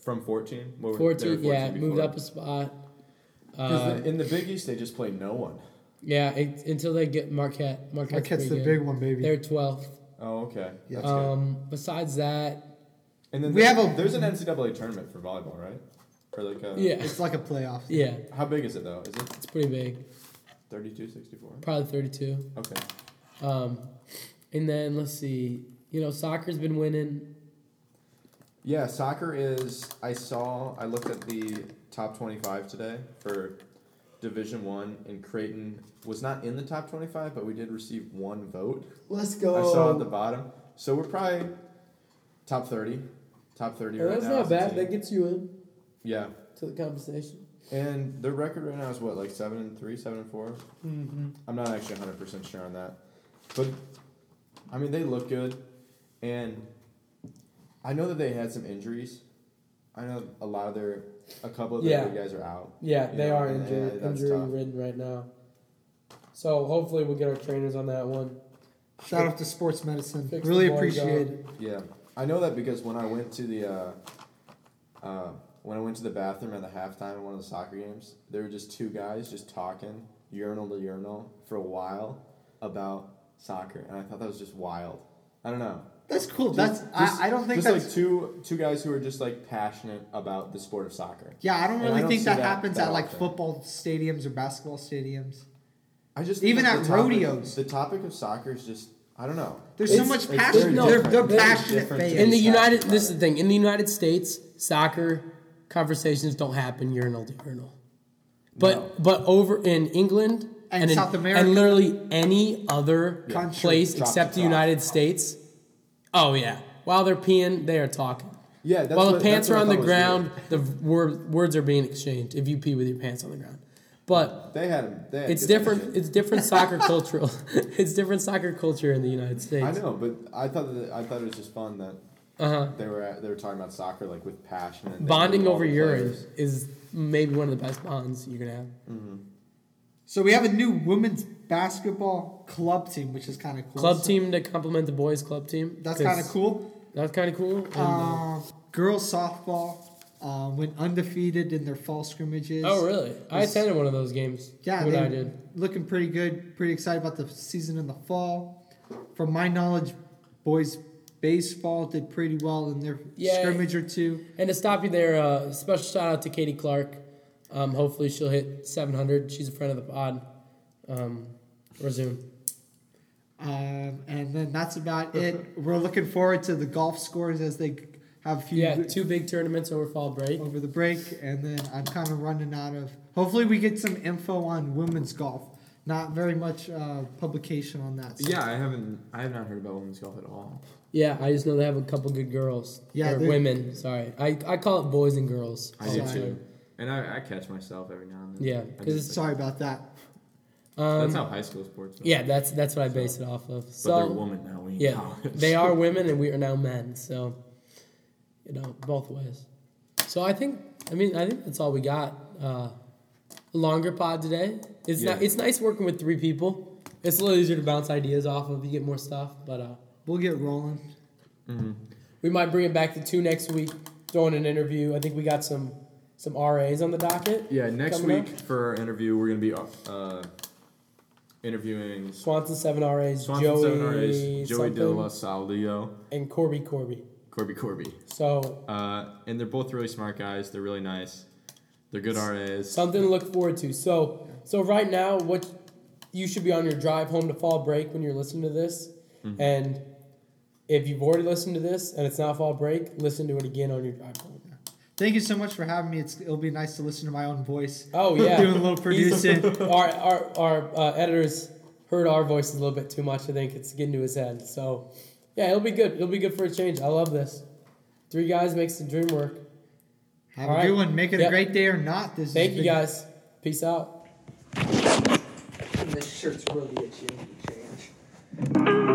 Speaker 2: From 14? What were- they were
Speaker 1: Fourteen, yeah, moved
Speaker 2: before.
Speaker 1: up a spot.
Speaker 2: 'Cause
Speaker 1: Uh,
Speaker 2: the- in the Big East, they just play no one.
Speaker 1: yeah, it, until they get Marquette. Marquette's
Speaker 3: Marquette's the
Speaker 1: pretty
Speaker 3: big
Speaker 1: good.
Speaker 3: one, baby.
Speaker 1: They're twelfth.
Speaker 2: Oh, okay.
Speaker 3: Yeah.
Speaker 2: That's good.
Speaker 1: Um, besides that,
Speaker 2: And then
Speaker 3: We
Speaker 2: there's-
Speaker 3: have a-
Speaker 2: there's an NCAA tournament for volleyball, right? For like a,
Speaker 1: yeah,
Speaker 3: It's like a playoff.
Speaker 1: yeah,
Speaker 2: How big is it though? Is it
Speaker 1: it's pretty big.
Speaker 2: 32, 64?
Speaker 1: Probably thirty-two.
Speaker 2: Okay.
Speaker 1: Um, and then let's see. You know, soccer's been winning.
Speaker 2: Yeah, soccer is. I saw. I looked at the top 25 today for Division One, and Creighton was not in the top 25, but we did receive one vote.
Speaker 3: Let's go.
Speaker 2: I saw
Speaker 1: Oh.
Speaker 2: at the bottom, so we're probably top 30. Top 30
Speaker 1: Oh,
Speaker 2: right now. as a team.
Speaker 1: gets you in
Speaker 2: yeah,
Speaker 1: to the conversation.
Speaker 2: and their record right now is what, like seven and three, seven and four. I'm not actually 100% sure on that. But, I mean, they look good. And I know that they had some injuries. I know a lot of their, a couple of
Speaker 1: Yeah.
Speaker 2: their big guys are out.
Speaker 1: Yeah,
Speaker 2: You
Speaker 1: they
Speaker 2: know,
Speaker 1: are
Speaker 2: and-
Speaker 1: injury,
Speaker 2: and that's
Speaker 1: injury
Speaker 2: tough.
Speaker 1: ridden right now. So hopefully we'll get our trainers on that one.
Speaker 3: Shout out to sports medicine.
Speaker 1: Fix the
Speaker 3: Really
Speaker 1: boys
Speaker 3: appreciate
Speaker 1: up.
Speaker 3: it.
Speaker 2: Yeah. I know that because when I went to the, uh, uh, when I went to the bathroom at the halftime in one of the soccer games, there were just two guys just talking urinal to urinal for a while about soccer. And I thought that was just wild. I don't know.
Speaker 3: That's cool.
Speaker 2: Just-
Speaker 3: That's I,
Speaker 2: just-
Speaker 3: I don't think
Speaker 2: just
Speaker 3: that's
Speaker 2: like two two guys who are just like passionate about the sport of soccer.
Speaker 3: yeah. I don't
Speaker 2: and I
Speaker 3: really
Speaker 2: don't
Speaker 3: think
Speaker 2: see
Speaker 3: that,
Speaker 2: that
Speaker 3: happens
Speaker 2: that
Speaker 3: at like
Speaker 2: often.
Speaker 3: football stadiums or basketball stadiums.
Speaker 2: I just
Speaker 3: Even
Speaker 2: that
Speaker 3: at
Speaker 2: the topic-
Speaker 3: rodeos.
Speaker 2: The topic of soccer is just I don't know.
Speaker 3: There's so
Speaker 1: It's-
Speaker 3: much
Speaker 1: it's
Speaker 3: passion.
Speaker 1: very
Speaker 3: they're
Speaker 1: different.
Speaker 3: they're
Speaker 1: Very
Speaker 3: passionate
Speaker 2: different than-
Speaker 3: fans.
Speaker 2: In
Speaker 1: In the
Speaker 2: It's
Speaker 1: United,
Speaker 2: happening.
Speaker 1: this is the thing. In the United States, soccer conversations don't happen urinal to urinal. But but over in England
Speaker 3: And
Speaker 1: in-
Speaker 3: South America.
Speaker 1: and literally any other
Speaker 3: Country.
Speaker 1: place
Speaker 2: Drop
Speaker 1: except
Speaker 2: to
Speaker 1: the
Speaker 2: drop.
Speaker 1: United States. Oh yeah, while they're peeing, they are talking.
Speaker 2: Yeah, that's
Speaker 1: while
Speaker 2: what-
Speaker 1: the pants
Speaker 2: that's what
Speaker 1: are
Speaker 2: I
Speaker 1: on the
Speaker 2: thought was weird.
Speaker 1: ground, the word, words are being exchanged. If you pee with your pants on the ground, but
Speaker 2: They had they had
Speaker 1: it's
Speaker 2: good
Speaker 1: different.
Speaker 2: shit.
Speaker 1: It's different soccer cultural. It's different soccer culture in the United States.
Speaker 2: I know, but I thought that I thought it was just fun that
Speaker 1: Uh-huh.
Speaker 2: they were at, they were talking about soccer like with passion and they
Speaker 1: Bonding
Speaker 2: knew all
Speaker 1: over
Speaker 2: the
Speaker 1: urine
Speaker 2: players.
Speaker 1: is maybe one of the best bonds you're gonna have.
Speaker 3: So we have a new women's basketball club team, which is kind of cool.
Speaker 1: Club
Speaker 3: So
Speaker 1: team to complement the boys' club team.
Speaker 3: That's
Speaker 1: 'cause
Speaker 3: kind of cool.
Speaker 1: That's kind of cool. And, uh,
Speaker 3: Uh, girls softball uh, went undefeated in their fall scrimmages.
Speaker 1: oh, really? I attended one of those games.
Speaker 3: Yeah,
Speaker 1: what
Speaker 3: they
Speaker 1: I did.
Speaker 3: looking pretty good. Pretty excited about the season in the fall. From my knowledge, boys baseball did pretty well in their
Speaker 1: Yeah.
Speaker 3: scrimmage or two.
Speaker 1: And to stop you there, uh, special shout out to Katie Clark. Um, hopefully she'll hit 700. She's a friend of the pod. Um, or Zoom.
Speaker 3: Um, and then that's about it. We're looking forward to the golf scores as they have a few
Speaker 1: Yeah, two big tournaments over fall break.
Speaker 3: over the break, and then I'm kind of running out of. Hopefully, we get some info on women's golf. Not very much uh, publication on that. so-
Speaker 5: Yeah, I haven't. I have not heard about women's golf at all.
Speaker 1: Yeah, I just know they have a couple good girls.
Speaker 3: Yeah,
Speaker 1: or
Speaker 3: they're-
Speaker 1: women. Sorry, I, I call it boys and girls.
Speaker 5: I
Speaker 1: all
Speaker 5: do
Speaker 1: the
Speaker 5: too,
Speaker 1: time.
Speaker 5: and I, I catch myself every now and then.
Speaker 1: Yeah,
Speaker 5: I
Speaker 1: 'cause
Speaker 5: just,
Speaker 1: it's-
Speaker 5: like,
Speaker 3: Sorry about that.
Speaker 5: that's
Speaker 1: Um,
Speaker 5: how high school sports. Are.
Speaker 1: yeah, that's that's what I base it off of.
Speaker 5: but
Speaker 1: So
Speaker 5: they're women now. We ain't
Speaker 1: Yeah,
Speaker 5: college.
Speaker 1: they are women, and we are now men. So, you know, both ways. So I think, I mean, I think that's all we got. Uh, longer pod today. It's
Speaker 5: Yeah.
Speaker 1: not. It's nice working with three people. It's a little easier to bounce ideas off of. You get more stuff, but uh,
Speaker 3: We'll get rolling.
Speaker 1: we might bring it back to two next week. Throw in an interview. I think we got some some RAs on the docket.
Speaker 5: Yeah, next
Speaker 1: Coming up.
Speaker 5: week for our interview, we're gonna be uh, interviewing
Speaker 1: Swanson Seven RAs,
Speaker 5: Swanson
Speaker 1: Joey,
Speaker 5: Seven RAs, Joey
Speaker 1: something,
Speaker 5: De La Salio,
Speaker 1: and Corby Corby.
Speaker 5: Corby Corby.
Speaker 1: So
Speaker 5: Uh, and they're both really smart guys. They're really nice. They're good RAs.
Speaker 1: Something to look forward to. So, so right now, what you should be on your drive home to fall break when you're listening to this,
Speaker 3: Mm-hmm.
Speaker 1: and if you've already listened to this and it's now fall break, listen to it again on your drive home.
Speaker 3: Thank you so much for having me. It's, it'll be nice to listen to my own voice.
Speaker 1: Oh yeah,
Speaker 3: Doing a little producing.
Speaker 1: our our our uh, editors heard our voices a little bit too much. I think it's getting to his head. So, yeah, it'll be good. It'll be good for a change. I love this. Three guys makes the dream work.
Speaker 3: Have
Speaker 1: All
Speaker 3: a
Speaker 1: right.
Speaker 3: good one. Make it
Speaker 1: Yep.
Speaker 3: a great day or not. This
Speaker 1: Thank
Speaker 3: is
Speaker 1: you guys. Peace out.
Speaker 8: This shirt's really itchy. I need to change.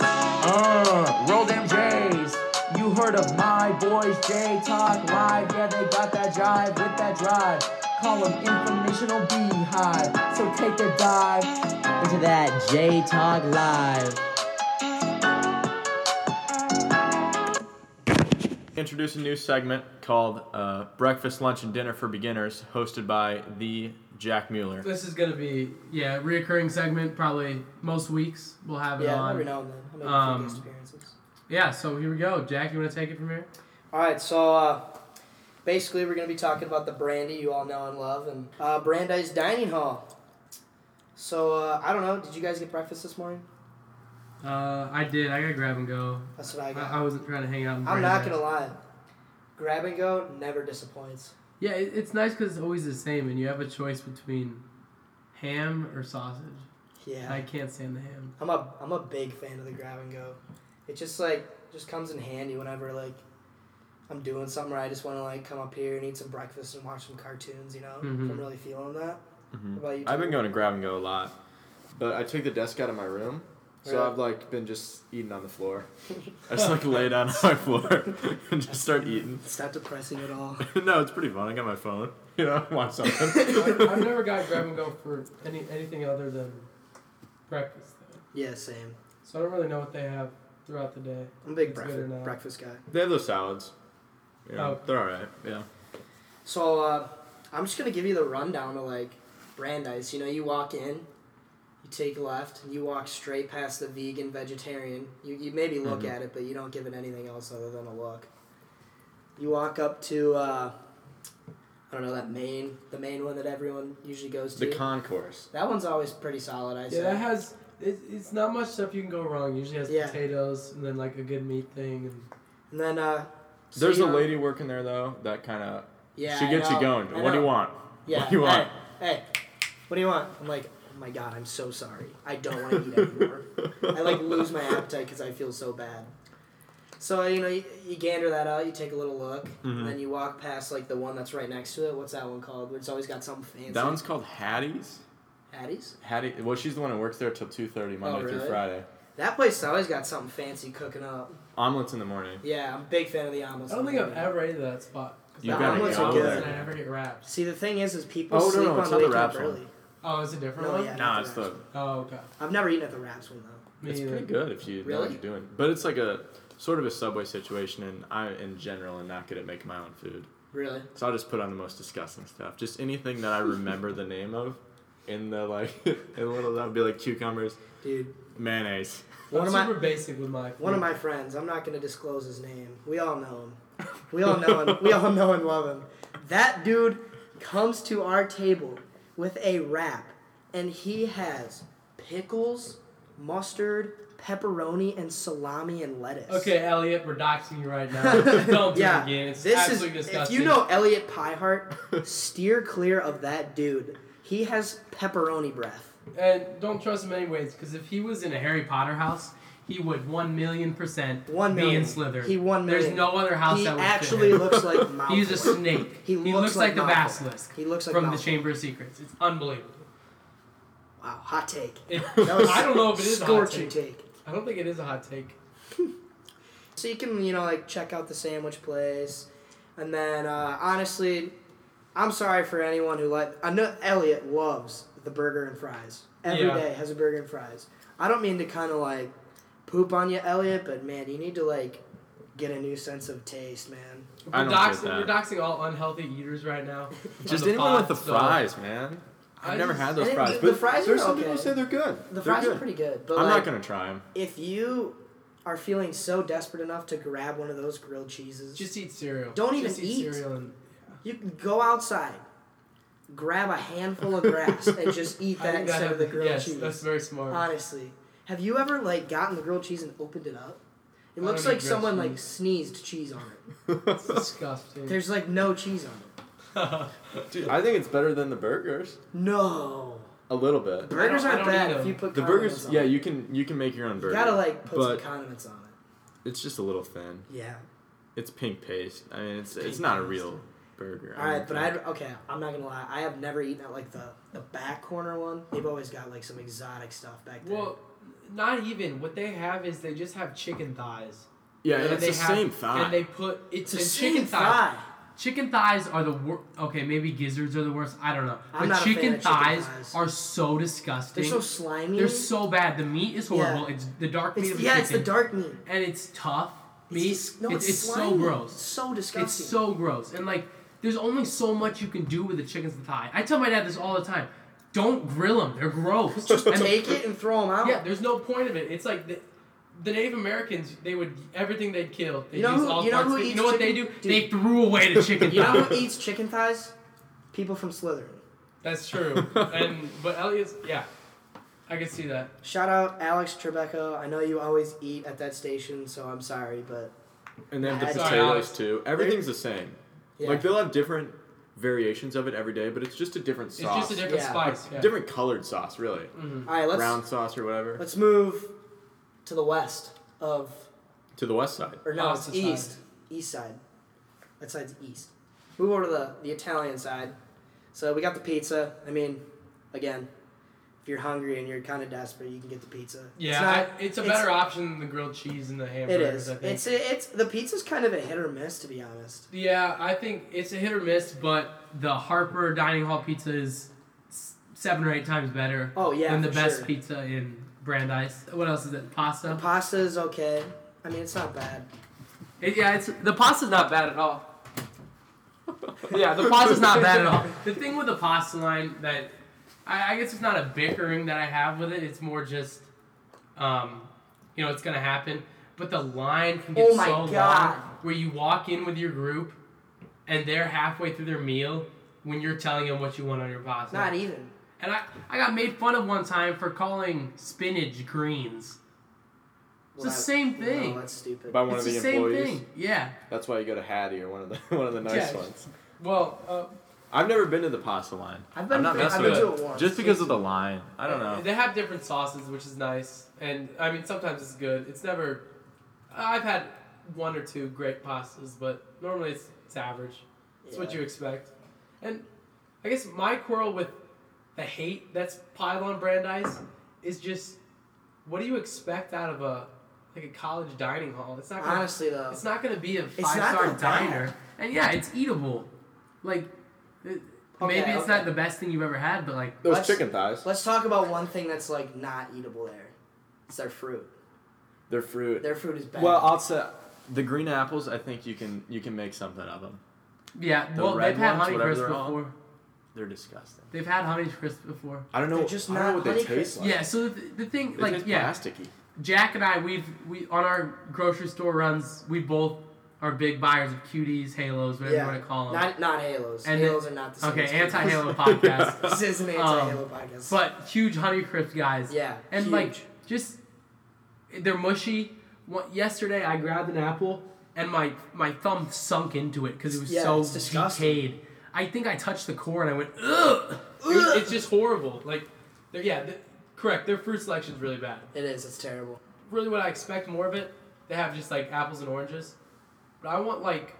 Speaker 9: Uh, roll them J's. You heard of my boys, J Talk Live. Yeah, they got that jive with that drive. Call them informational beehive. So take a dive into that J Talk Live.
Speaker 2: Introduce a new segment called uh, Breakfast, Lunch, and Dinner for Beginners, hosted by the Jack Mueller.
Speaker 1: This is gonna be yeah, reoccurring segment. Probably most weeks we'll have it
Speaker 8: Yeah, every
Speaker 1: on.
Speaker 8: now and then. I'll make
Speaker 1: Um,
Speaker 8: a few guest appearances.
Speaker 1: Yeah, so here we go. Jack, you wanna take it from here?
Speaker 8: All right, so uh, basically we're gonna be talking about the brandy you all know and love, and uh, Brandeis Dining Hall. So uh, I don't know. Did you guys get breakfast this morning?
Speaker 1: Uh, I did. I gotta grab and go.
Speaker 8: That's what I
Speaker 1: I,
Speaker 8: got.
Speaker 1: I wasn't trying to hang out. And
Speaker 8: I'm
Speaker 1: brand
Speaker 8: not
Speaker 1: it.
Speaker 8: gonna lie. Grab and go never disappoints.
Speaker 1: Yeah, it, it's nice because it's always the same, and you have a choice between ham or sausage.
Speaker 8: Yeah.
Speaker 1: I can't stand the ham.
Speaker 8: I'm a I'm a big fan of the grab and go. It just like just comes in handy whenever like I'm doing something where I just want to like come up here and eat some breakfast and watch some cartoons. You know,
Speaker 1: Mhm.
Speaker 8: if I'm really feeling that.
Speaker 1: Mm-hmm.
Speaker 8: What about you?
Speaker 2: I've
Speaker 8: two?
Speaker 2: been going to grab and go a lot, but I took the desk out of my room, so
Speaker 8: Really?
Speaker 2: I've like been just eating on the floor. I just like lay down on my floor and just start eating.
Speaker 8: It's not depressing at all.
Speaker 2: no, it's pretty fun. I got my phone. You know, watch something.
Speaker 1: I've never got grab and go for any anything other than breakfast, though.
Speaker 8: yeah, same.
Speaker 1: so I don't really know what they have throughout the day.
Speaker 8: I'm a big
Speaker 1: It's good or
Speaker 8: breakfast
Speaker 1: not.
Speaker 8: breakfast guy.
Speaker 2: they have those salads. You know,
Speaker 1: Oh.
Speaker 2: They're all right. Yeah.
Speaker 8: So uh, I'm just gonna give you the rundown of like Brandeis. You know, you walk in, you take left, and you walk straight past the vegan vegetarian. You, you maybe look
Speaker 2: Mm-hmm.
Speaker 8: at it, but you don't give it anything else other than a look. You walk up to uh, I don't know that main the main one that everyone usually goes to.
Speaker 2: The concourse.
Speaker 8: that one's always pretty solid. I say.
Speaker 1: Yeah, that has. It, it's not much stuff you can go wrong. Usually has
Speaker 8: Yeah.
Speaker 1: potatoes and then like a good meat thing. And
Speaker 8: and then uh, so,
Speaker 2: There's
Speaker 8: you
Speaker 2: a
Speaker 8: know-
Speaker 2: lady working there though that kind of
Speaker 8: Yeah,
Speaker 2: she
Speaker 8: I
Speaker 2: gets you
Speaker 8: know,
Speaker 2: going.
Speaker 8: I
Speaker 2: What do you
Speaker 8: know.
Speaker 2: want?
Speaker 8: Yeah.
Speaker 2: What do you want?
Speaker 8: Hey, hey, what do you want? I'm like, oh my god, I'm so sorry. I don't want to eat anymore. I like lose my appetite because I feel so bad. So you know, you, you gander that out. You take a little look,
Speaker 2: Mm-hmm.
Speaker 8: and then you walk past like the one that's right next to it. What's that one called? It's always got something fancy.
Speaker 2: That one's called Hattie's.
Speaker 8: Hattie's.
Speaker 2: Hattie. Well, she's the one who works there till two thirty Monday
Speaker 8: Oh, really?
Speaker 2: through Friday.
Speaker 8: That place has always got something fancy cooking up.
Speaker 2: Omelets in the morning.
Speaker 8: Yeah, I'm a big fan of the omelets.
Speaker 1: I don't think I've ever ate at that spot. 'Cause
Speaker 2: You
Speaker 1: the
Speaker 2: gotta
Speaker 1: omelets
Speaker 2: go
Speaker 1: are good
Speaker 2: there.
Speaker 1: and I never get wraps.
Speaker 8: See, the thing is, is people
Speaker 2: Oh, no,
Speaker 8: sleep
Speaker 2: no,
Speaker 8: on
Speaker 2: it's not the
Speaker 8: waking up
Speaker 2: wraps one.
Speaker 8: early.
Speaker 1: Oh, it's a different
Speaker 8: No,
Speaker 1: one.
Speaker 8: yeah, not
Speaker 2: Nah,
Speaker 8: the
Speaker 2: it's
Speaker 8: wraps
Speaker 2: the
Speaker 8: one.
Speaker 1: Oh, okay.
Speaker 8: I've never eaten at the wraps one though.
Speaker 1: Me
Speaker 2: It's
Speaker 1: either.
Speaker 2: pretty good if you know
Speaker 8: Really?
Speaker 2: what you're doing. But it's like a sort of a subway situation, and I, in general, am not good at making my own food.
Speaker 8: Really?
Speaker 2: So I'll just put on the most disgusting stuff. Just anything that I remember the name of in the like, in little, that would be like cucumbers,
Speaker 8: Dude,
Speaker 2: mayonnaise.
Speaker 1: I'm
Speaker 8: one of my
Speaker 1: super basic with my.
Speaker 8: One of my friends, I'm not going to disclose his name. We all know him. We all know him. We all know and love him. That dude comes to our table with a wrap, and he has pickles, mustard, pepperoni, and salami and lettuce.
Speaker 1: Okay, Elliot, we're doxing you right now. don't do
Speaker 8: Yeah,
Speaker 1: it again. It's
Speaker 8: this is
Speaker 1: absolutely disgusting.
Speaker 8: if you know Elliot Piehart, steer clear of that dude. He has pepperoni breath.
Speaker 1: and don't trust him anyways, because if he was in a Harry Potter house, he would one million percent
Speaker 8: One
Speaker 1: be
Speaker 8: million.
Speaker 1: in Slytherin.
Speaker 8: He one
Speaker 1: There's
Speaker 8: million.
Speaker 1: no other house
Speaker 8: he
Speaker 1: that would fit
Speaker 8: actually
Speaker 1: him.
Speaker 8: looks like Malfoy.
Speaker 1: He's a snake.
Speaker 8: He
Speaker 1: He, looks,
Speaker 8: looks like
Speaker 1: like, the
Speaker 8: Malfoy.
Speaker 1: basilisk.
Speaker 8: He looks like
Speaker 1: from the
Speaker 8: Malfoy.
Speaker 1: Chamber of Secrets. It's unbelievable.
Speaker 8: Wow, hot take.
Speaker 1: It-
Speaker 8: That was
Speaker 1: I don't know if it is a hot
Speaker 8: scorching
Speaker 1: take.
Speaker 8: take.
Speaker 1: I don't think it is a hot take.
Speaker 8: So you can, you know, like check out the sandwich place, and then uh, honestly, I'm sorry for anyone who like. I know Elliot loves the burger and fries. Every day
Speaker 1: Yeah.
Speaker 8: has a burger and fries. I don't mean to kind of like poop on you, Elliot, but man, you need to like get a new sense of taste, man.
Speaker 1: We're,
Speaker 2: I don't get
Speaker 1: doxing,
Speaker 2: that.
Speaker 1: we're doxing all unhealthy eaters right now.
Speaker 2: Just
Speaker 1: on the
Speaker 2: anyone with
Speaker 1: pod,
Speaker 2: the
Speaker 1: so-
Speaker 2: fries, man. I've
Speaker 1: I
Speaker 2: never
Speaker 1: just-
Speaker 2: had those
Speaker 8: and
Speaker 2: fries.
Speaker 8: the-
Speaker 2: but
Speaker 8: the fries
Speaker 2: there's
Speaker 8: are
Speaker 2: some people
Speaker 8: okay.
Speaker 2: say they're good.
Speaker 8: The
Speaker 2: They're
Speaker 8: fries
Speaker 2: good.
Speaker 8: are pretty good, but
Speaker 2: I'm
Speaker 8: like,
Speaker 2: not gonna try them.
Speaker 8: if you are feeling so desperate enough to grab one of those grilled cheeses,
Speaker 1: Just eat cereal.
Speaker 8: Don't even
Speaker 1: Just eat
Speaker 8: eat.
Speaker 1: cereal and
Speaker 8: You can go outside, grab a handful of grass, and just eat
Speaker 1: I
Speaker 8: that
Speaker 1: think that
Speaker 8: instead of the
Speaker 1: happened-
Speaker 8: grilled
Speaker 1: yes,
Speaker 8: cheese.
Speaker 1: That's very smart.
Speaker 8: Honestly, have you ever like gotten the grilled cheese and opened it up? It
Speaker 1: I
Speaker 8: looks
Speaker 1: don't eat grilled
Speaker 8: like someone like
Speaker 1: cheese.
Speaker 8: sneezed cheese on it.
Speaker 1: It's disgusting.
Speaker 8: There's like no cheese on it.
Speaker 2: Dude, I think it's better than the burgers.
Speaker 8: No.
Speaker 2: A little bit.
Speaker 8: Burgers
Speaker 1: I
Speaker 8: aren't
Speaker 1: don't eat
Speaker 8: bad if
Speaker 1: them.
Speaker 8: you put
Speaker 2: The
Speaker 8: condiments
Speaker 2: burgers,
Speaker 8: on
Speaker 2: yeah,
Speaker 8: it.
Speaker 2: you can you can make your own burger.
Speaker 8: gotta like put
Speaker 2: but
Speaker 8: some condiments on it.
Speaker 2: it's just a little thin.
Speaker 8: Yeah.
Speaker 2: It's pink paste. I mean, it's it's
Speaker 8: Pink
Speaker 2: not a
Speaker 8: paste.
Speaker 2: real burger.
Speaker 8: All right, but I okay. I'm not gonna lie. I have never eaten at like the the back corner one. They've always got like some exotic stuff back there.
Speaker 1: well, not even. What they have is they just have chicken thighs.
Speaker 2: yeah, and it's
Speaker 1: they
Speaker 2: the
Speaker 1: have-
Speaker 2: same thigh.
Speaker 1: And they put it's,
Speaker 8: it's a
Speaker 1: and
Speaker 8: same
Speaker 1: chicken thighs.
Speaker 8: thigh.
Speaker 1: Chicken thighs are the worst. Okay, maybe gizzards are the worst. I don't know. but
Speaker 8: I'm not a fan
Speaker 1: chicken,
Speaker 8: of chicken
Speaker 1: thighs
Speaker 8: thighs.
Speaker 1: are so disgusting.
Speaker 8: They're so slimy.
Speaker 1: They're so bad. The meat is horrible.
Speaker 8: Yeah.
Speaker 1: It's the dark meat
Speaker 8: It's,
Speaker 1: of
Speaker 8: yeah,
Speaker 1: chicken.
Speaker 8: it's the dark meat.
Speaker 1: And it's tough
Speaker 8: It's
Speaker 1: meat.
Speaker 8: dis- no,
Speaker 1: it's,
Speaker 8: it's
Speaker 1: so
Speaker 8: slimy.
Speaker 1: gross.
Speaker 8: It's so
Speaker 1: It's
Speaker 8: disgusting.
Speaker 1: so gross. And like, there's only so much you can do with the chicken's thigh. I tell my dad this all the time. Don't grill them. They're gross.
Speaker 8: Just
Speaker 1: And-
Speaker 8: take it and throw them out.
Speaker 1: Yeah, there's no point of it. It's like the, the Native Americans, they would everything they'd kill. They
Speaker 8: You know
Speaker 1: use
Speaker 8: who-
Speaker 1: all
Speaker 8: you know
Speaker 1: parts
Speaker 8: who
Speaker 1: of it. You
Speaker 8: eats
Speaker 1: know what they do?
Speaker 8: chicken?
Speaker 1: They
Speaker 8: Dude.
Speaker 1: threw away the chicken.
Speaker 8: You know
Speaker 1: thigh.
Speaker 8: who eats chicken thighs? People from Slytherin.
Speaker 1: That's true. And but Elliot's yeah, I can see that.
Speaker 8: Shout out Alex Trebeko. I know you always eat at that station, so I'm sorry, but
Speaker 2: and they have the
Speaker 8: Sorry,
Speaker 2: potatoes
Speaker 1: Alex.
Speaker 2: too. Everything's the same.
Speaker 8: yeah.
Speaker 2: Like they'll have different variations of it every day, but it's just a different
Speaker 1: It's
Speaker 2: sauce.
Speaker 1: just a different
Speaker 8: Yeah.
Speaker 1: spice. Yeah.
Speaker 2: different colored sauce, really.
Speaker 8: All right, let's
Speaker 2: Brown sauce or whatever.
Speaker 8: let's move to the west of
Speaker 2: To the west side.
Speaker 8: or no,
Speaker 1: Oh,
Speaker 8: it's
Speaker 1: it's the
Speaker 8: east.
Speaker 1: side.
Speaker 8: East side. That side's east. Move over to the the Italian side. So we got the pizza. I mean, again, if you're hungry and you're kind of desperate, you can get the pizza.
Speaker 1: Yeah,
Speaker 8: it's,
Speaker 1: it's,
Speaker 8: not,
Speaker 1: I, it's a
Speaker 8: it's-
Speaker 1: better option than the grilled cheese and the
Speaker 8: It
Speaker 1: hamburgers.
Speaker 8: is.
Speaker 1: I think.
Speaker 8: It's it's the pizza's kind of a hit or miss, to be honest.
Speaker 1: yeah, I think it's a hit or miss, but the Harper Dining Hall pizza is s- seven or eight times better
Speaker 8: Oh yeah,
Speaker 1: than the
Speaker 8: for
Speaker 1: best
Speaker 8: sure.
Speaker 1: pizza in Brandeis. What else is it? Pasta.
Speaker 8: The pasta is okay. I mean, it's not bad.
Speaker 1: It- yeah, it's the pasta's not bad at all. yeah, the pasta's not bad at all. The thing with the pasta line that I, I guess it's not a bickering that I have with it. It's more just, um, you know, it's gonna happen. But the line can get
Speaker 8: Oh my
Speaker 1: so
Speaker 8: God.
Speaker 1: long where you walk in with your group, and they're halfway through their meal when you're telling them what you want on your pasta.
Speaker 8: Not even.
Speaker 1: And I, I got made fun of one time for calling spinach greens. It's the
Speaker 8: Well, that-
Speaker 1: same thing.
Speaker 8: No, that's stupid.
Speaker 2: By one
Speaker 1: it's
Speaker 2: of the,
Speaker 1: the same
Speaker 2: employees.
Speaker 1: thing. Yeah.
Speaker 2: That's why you go to Hattie or one of the one of the nice
Speaker 1: Yeah.
Speaker 2: ones.
Speaker 1: Well, uh,
Speaker 2: I've never been to the pasta line.
Speaker 8: I've been
Speaker 2: I'm not
Speaker 8: to-
Speaker 2: messing
Speaker 8: I've been
Speaker 2: with
Speaker 8: to
Speaker 2: it.
Speaker 8: it once.
Speaker 2: Just because of the line. I don't know.
Speaker 1: They have different sauces, which is nice, and I mean sometimes it's good. It's never. I've had one or two great pastas, but normally it's, it's average. It's what
Speaker 8: Yeah.
Speaker 1: you expect, and I guess my quarrel with the hate that's piled on Brandeis is just what do you expect out of a like a college dining hall? It's not gonna,
Speaker 8: Honestly though,
Speaker 1: it's not going to be a
Speaker 8: not
Speaker 1: five star
Speaker 8: that bad.
Speaker 1: diner, and yeah, it's eatable. Like it,
Speaker 8: Okay,
Speaker 1: maybe it's
Speaker 8: okay.
Speaker 1: not the best thing you've ever had, but like
Speaker 2: Those
Speaker 8: Let's-
Speaker 2: chicken thighs.
Speaker 8: let's talk about one thing that's like not eatable there. It's their fruit.
Speaker 2: They're fruit.
Speaker 8: Their fruit is bad.
Speaker 2: well, I'll say the green apples. I think you can you can make something of them.
Speaker 1: Yeah,
Speaker 2: The
Speaker 1: well,
Speaker 2: red
Speaker 1: they've had
Speaker 2: ones,
Speaker 1: honey
Speaker 2: whatever
Speaker 1: crisp
Speaker 2: they're
Speaker 1: before.
Speaker 2: on. They're disgusting.
Speaker 1: They've had honey crisp before.
Speaker 2: I don't know.
Speaker 8: They're just
Speaker 2: I don't
Speaker 8: not
Speaker 2: know what they
Speaker 8: Honey
Speaker 2: taste
Speaker 8: Crisp.
Speaker 2: like.
Speaker 1: Yeah, so the, the thing,
Speaker 2: They
Speaker 1: like,
Speaker 2: taste
Speaker 1: yeah,
Speaker 2: plasticky.
Speaker 1: Jack and I, we've we on our grocery store runs, we both are big buyers of cuties, halos, whatever you want to call them.
Speaker 8: Not not halos.
Speaker 1: And
Speaker 8: halos
Speaker 1: it-
Speaker 8: are not the same.
Speaker 1: okay,
Speaker 8: as
Speaker 1: anti
Speaker 8: Halos.
Speaker 1: halo podcast,
Speaker 8: this is an anti-halo podcast.
Speaker 1: but huge honey crisp guys.
Speaker 8: yeah,
Speaker 1: and
Speaker 8: huge.
Speaker 1: like just they're mushy. One- Yesterday, I grabbed an apple and my my thumb sunk into it because it was
Speaker 8: Yeah,
Speaker 1: so
Speaker 8: it's disgusting.
Speaker 1: decayed. I think I touched the core and I went ugh. It was- it's just horrible. Like, they're, yeah, th- correct. Their fruit selection's really bad.
Speaker 8: it is. It's terrible.
Speaker 1: Really, what I expect more of it, they have just like apples and oranges, but I want like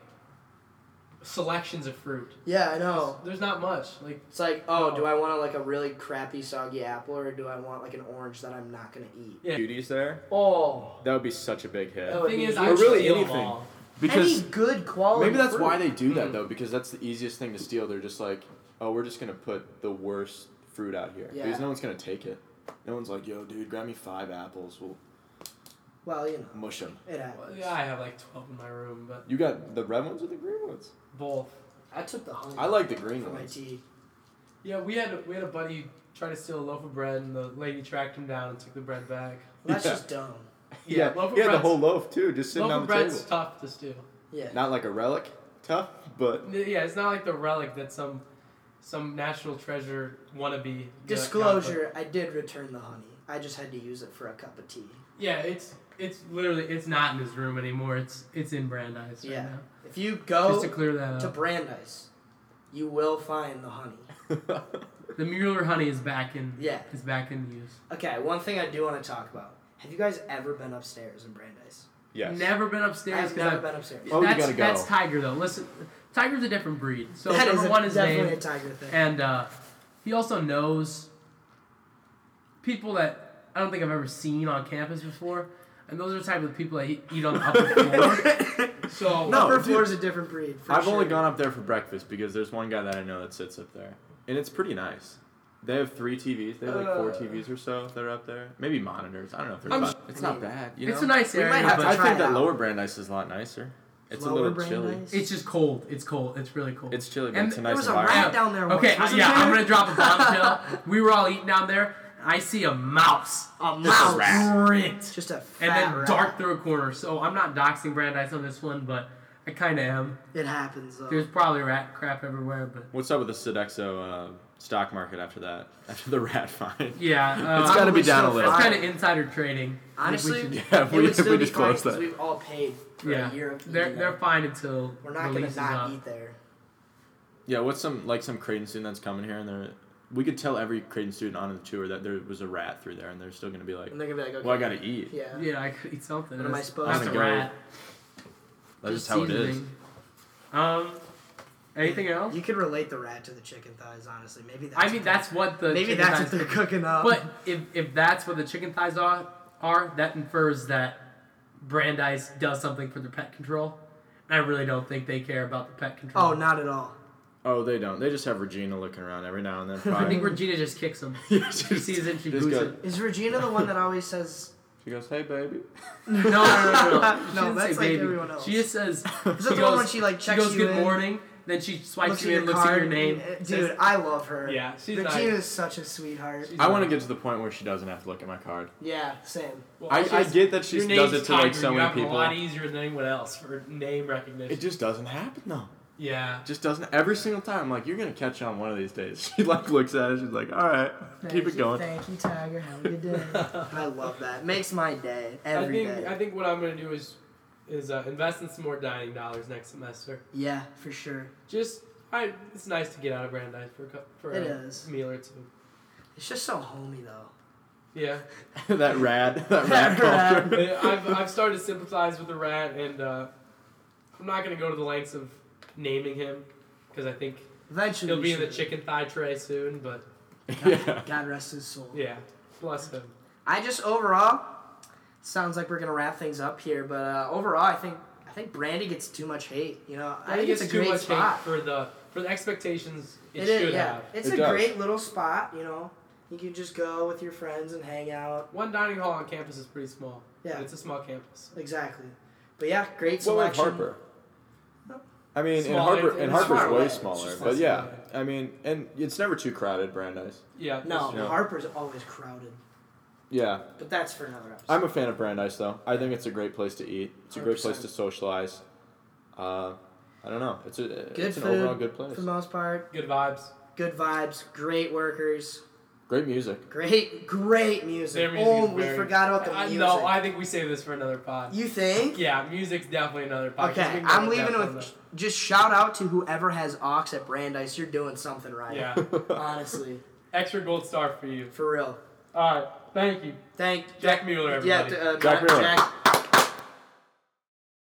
Speaker 1: selections of fruit.
Speaker 8: Yeah, I know.
Speaker 1: There's not much. Like,
Speaker 8: It's like, oh, do I want like a really crappy soggy apple, or do I want like an orange that I'm not gonna eat?
Speaker 1: Yeah.
Speaker 2: Cuties there.
Speaker 8: Oh,
Speaker 2: That would be such a big hit.
Speaker 8: That
Speaker 1: the
Speaker 8: would
Speaker 1: thing
Speaker 8: be
Speaker 1: is,
Speaker 8: huge.
Speaker 1: I
Speaker 2: Or
Speaker 1: would
Speaker 2: really
Speaker 1: steal them
Speaker 2: anything.
Speaker 1: all.
Speaker 2: Because
Speaker 8: any good quality.
Speaker 2: maybe that's
Speaker 8: fruit.
Speaker 2: why they do
Speaker 1: Mm.
Speaker 2: that though. Because that's the easiest thing to steal. They're just like, oh, we're just gonna put the worst fruit out here
Speaker 8: Yeah.
Speaker 2: because no one's gonna take it. No one's like, yo, dude, grab me five apples. We'll
Speaker 8: Well, you know,
Speaker 2: mush them.
Speaker 8: it happens.
Speaker 1: Yeah, I have like twelve in my room, but
Speaker 2: You got the red ones or the green ones?
Speaker 1: both.
Speaker 8: I took the honey.
Speaker 2: I like the green
Speaker 8: for my
Speaker 2: ones.
Speaker 8: tea.
Speaker 1: Yeah, we had we had a buddy try to steal a loaf of bread, and the lady tracked him down and took the bread back.
Speaker 8: Well, that's
Speaker 2: Yeah.
Speaker 8: just dumb.
Speaker 1: Yeah,
Speaker 2: Yeah,
Speaker 1: loaf of
Speaker 2: yeah, the
Speaker 1: bread's-
Speaker 2: whole loaf too, just sitting
Speaker 1: loaf
Speaker 2: on
Speaker 1: of
Speaker 2: the
Speaker 1: bread's
Speaker 2: table.
Speaker 1: tough to steal.
Speaker 8: Yeah.
Speaker 2: Not like a relic, tough, but
Speaker 1: N- Yeah, it's not like the relic that some some national treasure wannabe.
Speaker 8: Disclosure: I did return the honey. I just had to use it for a cup of tea.
Speaker 1: Yeah, it's it's literally it's not in his room anymore. It's it's in Brandeis right
Speaker 8: Yeah.
Speaker 1: now.
Speaker 8: If you go
Speaker 1: Just to clear that
Speaker 8: to
Speaker 1: up,
Speaker 8: Brandeis, you will find the honey.
Speaker 1: the Mueller honey is back in
Speaker 8: Yeah.
Speaker 1: is back in use.
Speaker 8: Okay, one thing I do want to talk about. Have you guys ever been upstairs in Brandeis?
Speaker 2: yes.
Speaker 1: Never been upstairs
Speaker 8: I've
Speaker 1: because
Speaker 8: never
Speaker 1: I've
Speaker 8: been upstairs.
Speaker 2: Oh, you
Speaker 1: that's,
Speaker 2: gotta go.
Speaker 1: That's Tiger though. Listen, Tiger's a different breed. So
Speaker 8: That
Speaker 1: number
Speaker 8: a-
Speaker 1: one is
Speaker 8: definitely
Speaker 1: name,
Speaker 8: a tiger thing.
Speaker 1: and uh, he also knows people that I don't think I've ever seen on campus before, and those are the type of people that he- eat on the upper floor. So
Speaker 8: no, upper
Speaker 2: dude.
Speaker 8: floor is a different breed. For
Speaker 2: I've
Speaker 8: sure.
Speaker 2: only gone up there for breakfast because there's one guy that I know that sits up there, and it's pretty nice. They have three TVs. They have like four
Speaker 8: Uh.
Speaker 2: TVs or so that are up there. Maybe monitors. I don't know if they're.
Speaker 1: I'm
Speaker 2: fun.
Speaker 1: s-
Speaker 2: it's
Speaker 8: I
Speaker 2: not
Speaker 8: mean,
Speaker 2: bad. You
Speaker 1: it's
Speaker 2: know?
Speaker 1: a nice
Speaker 8: We
Speaker 1: area,
Speaker 8: might have
Speaker 1: but
Speaker 8: to
Speaker 2: I
Speaker 8: try
Speaker 2: think
Speaker 8: it
Speaker 2: that
Speaker 8: out.
Speaker 2: Lower Brandeis is a lot nicer. It's a little
Speaker 8: Lower Brandeis?
Speaker 2: chilly.
Speaker 1: it's just cold. It's cold. It's really cold.
Speaker 2: It's chilly, but
Speaker 1: And
Speaker 2: it's a
Speaker 8: There
Speaker 2: nice
Speaker 8: was a
Speaker 2: environment.
Speaker 8: rat down there. Once,
Speaker 1: okay,
Speaker 8: wasn't
Speaker 1: yeah,
Speaker 8: there?
Speaker 1: I'm gonna drop a bombshell. we were all eating down there. And I see a mouse.
Speaker 8: a
Speaker 2: Just
Speaker 8: mouse.
Speaker 2: a rat.
Speaker 1: Sprint.
Speaker 8: Just a fat
Speaker 1: and then
Speaker 8: rat.
Speaker 1: dark through a corner. So I'm not doxing Brandeis on this one, but I kind of am.
Speaker 8: It happens. Though.
Speaker 1: There's probably rat crap everywhere, but
Speaker 2: What's up with the Sodexo uh, stock market after that? After the rat find?
Speaker 1: yeah, uh,
Speaker 2: It's gotta be down a
Speaker 8: still
Speaker 2: little.
Speaker 1: It's
Speaker 8: fine.
Speaker 1: kind of insider trading. I think we
Speaker 8: Honestly,
Speaker 1: should-
Speaker 2: Yeah, if
Speaker 8: it
Speaker 2: we-
Speaker 8: would
Speaker 2: if
Speaker 8: still
Speaker 2: we
Speaker 8: be
Speaker 2: disclose
Speaker 8: fine
Speaker 2: that.
Speaker 8: 'cause We've all paid for
Speaker 1: yeah,
Speaker 8: a year of
Speaker 1: they're
Speaker 8: eating
Speaker 1: they're
Speaker 8: there.
Speaker 1: fine until
Speaker 8: We're
Speaker 1: the
Speaker 8: not gonna
Speaker 1: lease
Speaker 8: not
Speaker 1: is up.
Speaker 8: eat there.
Speaker 2: Yeah, what's some like some Creighton student that's coming here and they're we could tell every Creighton student on the tour that there was a rat through there and they're still gonna be like,
Speaker 8: And they're gonna be like, okay,
Speaker 2: well, I gotta eat.
Speaker 8: yeah.
Speaker 1: Yeah, I could eat something.
Speaker 8: What am I
Speaker 1: That's-
Speaker 8: supposed
Speaker 1: that's
Speaker 2: to
Speaker 1: a
Speaker 2: do?
Speaker 1: rat.
Speaker 2: That's
Speaker 1: Just
Speaker 2: just how it is.
Speaker 1: seasoning. Um, anything else?
Speaker 8: You could relate the rat to the chicken thighs, honestly. Maybe that's
Speaker 1: I mean, that's what the
Speaker 8: maybe
Speaker 1: chicken
Speaker 8: that's what
Speaker 1: thighs-
Speaker 8: they're cooking up.
Speaker 1: But if, if that's what the chicken thighs are, are, that infers that Brandeis does something for the pet control. And I really don't think they care about the pet control.
Speaker 8: oh, not at all.
Speaker 2: Oh, they don't. They just have Regina looking around every now and then.
Speaker 1: I think
Speaker 2: Probably.
Speaker 1: Regina just kicks him. She
Speaker 2: she
Speaker 1: sees it, she
Speaker 2: Just
Speaker 1: boos
Speaker 2: go-
Speaker 1: it.
Speaker 8: Is Regina the one that always says?
Speaker 2: She goes, "Hey, baby."
Speaker 1: No, no, no, no. no. She
Speaker 8: No,
Speaker 1: doesn't
Speaker 8: that's
Speaker 1: say
Speaker 8: like
Speaker 1: baby.
Speaker 8: everyone else.
Speaker 1: She just says.
Speaker 8: Is that the one when she like checks
Speaker 1: goes,
Speaker 8: you
Speaker 1: good
Speaker 8: in?
Speaker 1: morning, Then she swipes
Speaker 8: Looks at
Speaker 1: you
Speaker 8: your
Speaker 1: in, looks at
Speaker 8: card. Eh,
Speaker 1: your name.
Speaker 8: Dude,
Speaker 1: says-
Speaker 8: I love her.
Speaker 1: Yeah, she's
Speaker 8: Regina
Speaker 1: nice.
Speaker 8: is such a sweetheart.
Speaker 1: She's
Speaker 2: I want to
Speaker 1: nice.
Speaker 2: get to the point where she doesn't have to look at my card.
Speaker 8: yeah, same.
Speaker 1: Well,
Speaker 2: I,
Speaker 1: she
Speaker 2: I
Speaker 1: has-
Speaker 2: get that she
Speaker 1: your
Speaker 2: does
Speaker 1: name's
Speaker 2: it to like
Speaker 1: Tiger,
Speaker 2: so
Speaker 1: you
Speaker 2: many
Speaker 1: have it A lot
Speaker 2: people.
Speaker 1: easier than anyone else for name recognition.
Speaker 2: It just doesn't happen though.
Speaker 1: yeah.
Speaker 2: Just doesn't. Every single time, I'm like, you're gonna catch on one of these days. She like looks at it. She's like, all right, keep it going.
Speaker 8: Thank you, Tiger. Have a good day. I love that. Makes my day
Speaker 1: I
Speaker 8: every day.
Speaker 1: think I think what I'm gonna do is is uh, invest in some more dining dollars next semester.
Speaker 8: yeah, for sure.
Speaker 1: Just I it's nice to get out of Brandeis for a cou- for
Speaker 8: It
Speaker 1: a
Speaker 8: is.
Speaker 1: meal or two.
Speaker 8: It's just so homey though.
Speaker 1: Yeah.
Speaker 2: that rat. That rat culture.
Speaker 1: I- I've I've started to sympathize with the rat, and uh, I'm not gonna go to the lengths of naming him because I think
Speaker 8: Eventually,
Speaker 1: he'll
Speaker 8: we
Speaker 1: be in the
Speaker 8: should.
Speaker 1: chicken thigh tray soon. But
Speaker 2: yeah.
Speaker 8: God rest his soul.
Speaker 1: yeah, bless him.
Speaker 8: I just overall sounds like we're gonna wrap things up here, but uh, overall, I think I think Brandy gets too much hate. You know, I, think, it's, a
Speaker 1: too
Speaker 8: great
Speaker 1: much hate
Speaker 8: spot.
Speaker 1: for the for the expectations it,
Speaker 8: It is,
Speaker 1: should
Speaker 8: yeah.
Speaker 1: have.
Speaker 8: It's
Speaker 2: It
Speaker 8: a
Speaker 2: does.
Speaker 8: great little spot. You know, you can just go with your friends and hang out.
Speaker 1: One dining hall on campus is pretty small.
Speaker 8: Yeah.
Speaker 1: It's a small campus.
Speaker 8: Exactly. But yeah, great
Speaker 2: Well, in
Speaker 8: selection.
Speaker 2: Harper. I mean, in
Speaker 1: Smaller,
Speaker 2: Harper, in
Speaker 1: it's
Speaker 2: Harper's
Speaker 8: smaller.
Speaker 2: way
Speaker 8: It's
Speaker 2: smaller,
Speaker 8: just
Speaker 2: but
Speaker 8: less
Speaker 2: yeah,
Speaker 1: smaller.
Speaker 2: I mean, and it's never too crowded, Brandeis.
Speaker 1: Yeah.
Speaker 8: No,
Speaker 2: Yeah.
Speaker 8: Harper's always crowded,
Speaker 2: Yeah,
Speaker 8: but that's for another episode.
Speaker 2: I'm a fan of Brandeis though. I think it's a great place to eat. It's a great place
Speaker 8: 100%.
Speaker 2: to socialize. Uh, I don't know. It's a
Speaker 8: good
Speaker 2: it's an
Speaker 8: food
Speaker 2: overall good place.
Speaker 8: for the most part.
Speaker 1: Good vibes.
Speaker 8: Good vibes, great workers,
Speaker 2: Great music.
Speaker 8: great great music.
Speaker 1: Their music
Speaker 8: oh,
Speaker 1: is
Speaker 8: we
Speaker 1: very-
Speaker 8: forgot about the
Speaker 1: I,
Speaker 8: music.
Speaker 1: No, I think we save this for another pod.
Speaker 8: you think?
Speaker 1: yeah, music's definitely another pod. 'cause we
Speaker 8: Okay,
Speaker 1: can go
Speaker 8: I'm
Speaker 1: in depth
Speaker 8: leaving
Speaker 1: on
Speaker 8: with just shout out to whoever has ox at Brandeis. You're doing something
Speaker 1: the-
Speaker 8: right.
Speaker 1: Yeah.
Speaker 8: Honestly,
Speaker 1: Extra gold star for you.
Speaker 8: for real.
Speaker 1: All right. Thank you.
Speaker 8: Thank
Speaker 1: Jack Mueller, everybody.
Speaker 8: Yeah, uh,
Speaker 2: Jack
Speaker 8: Jack,
Speaker 2: Miller.
Speaker 8: Jack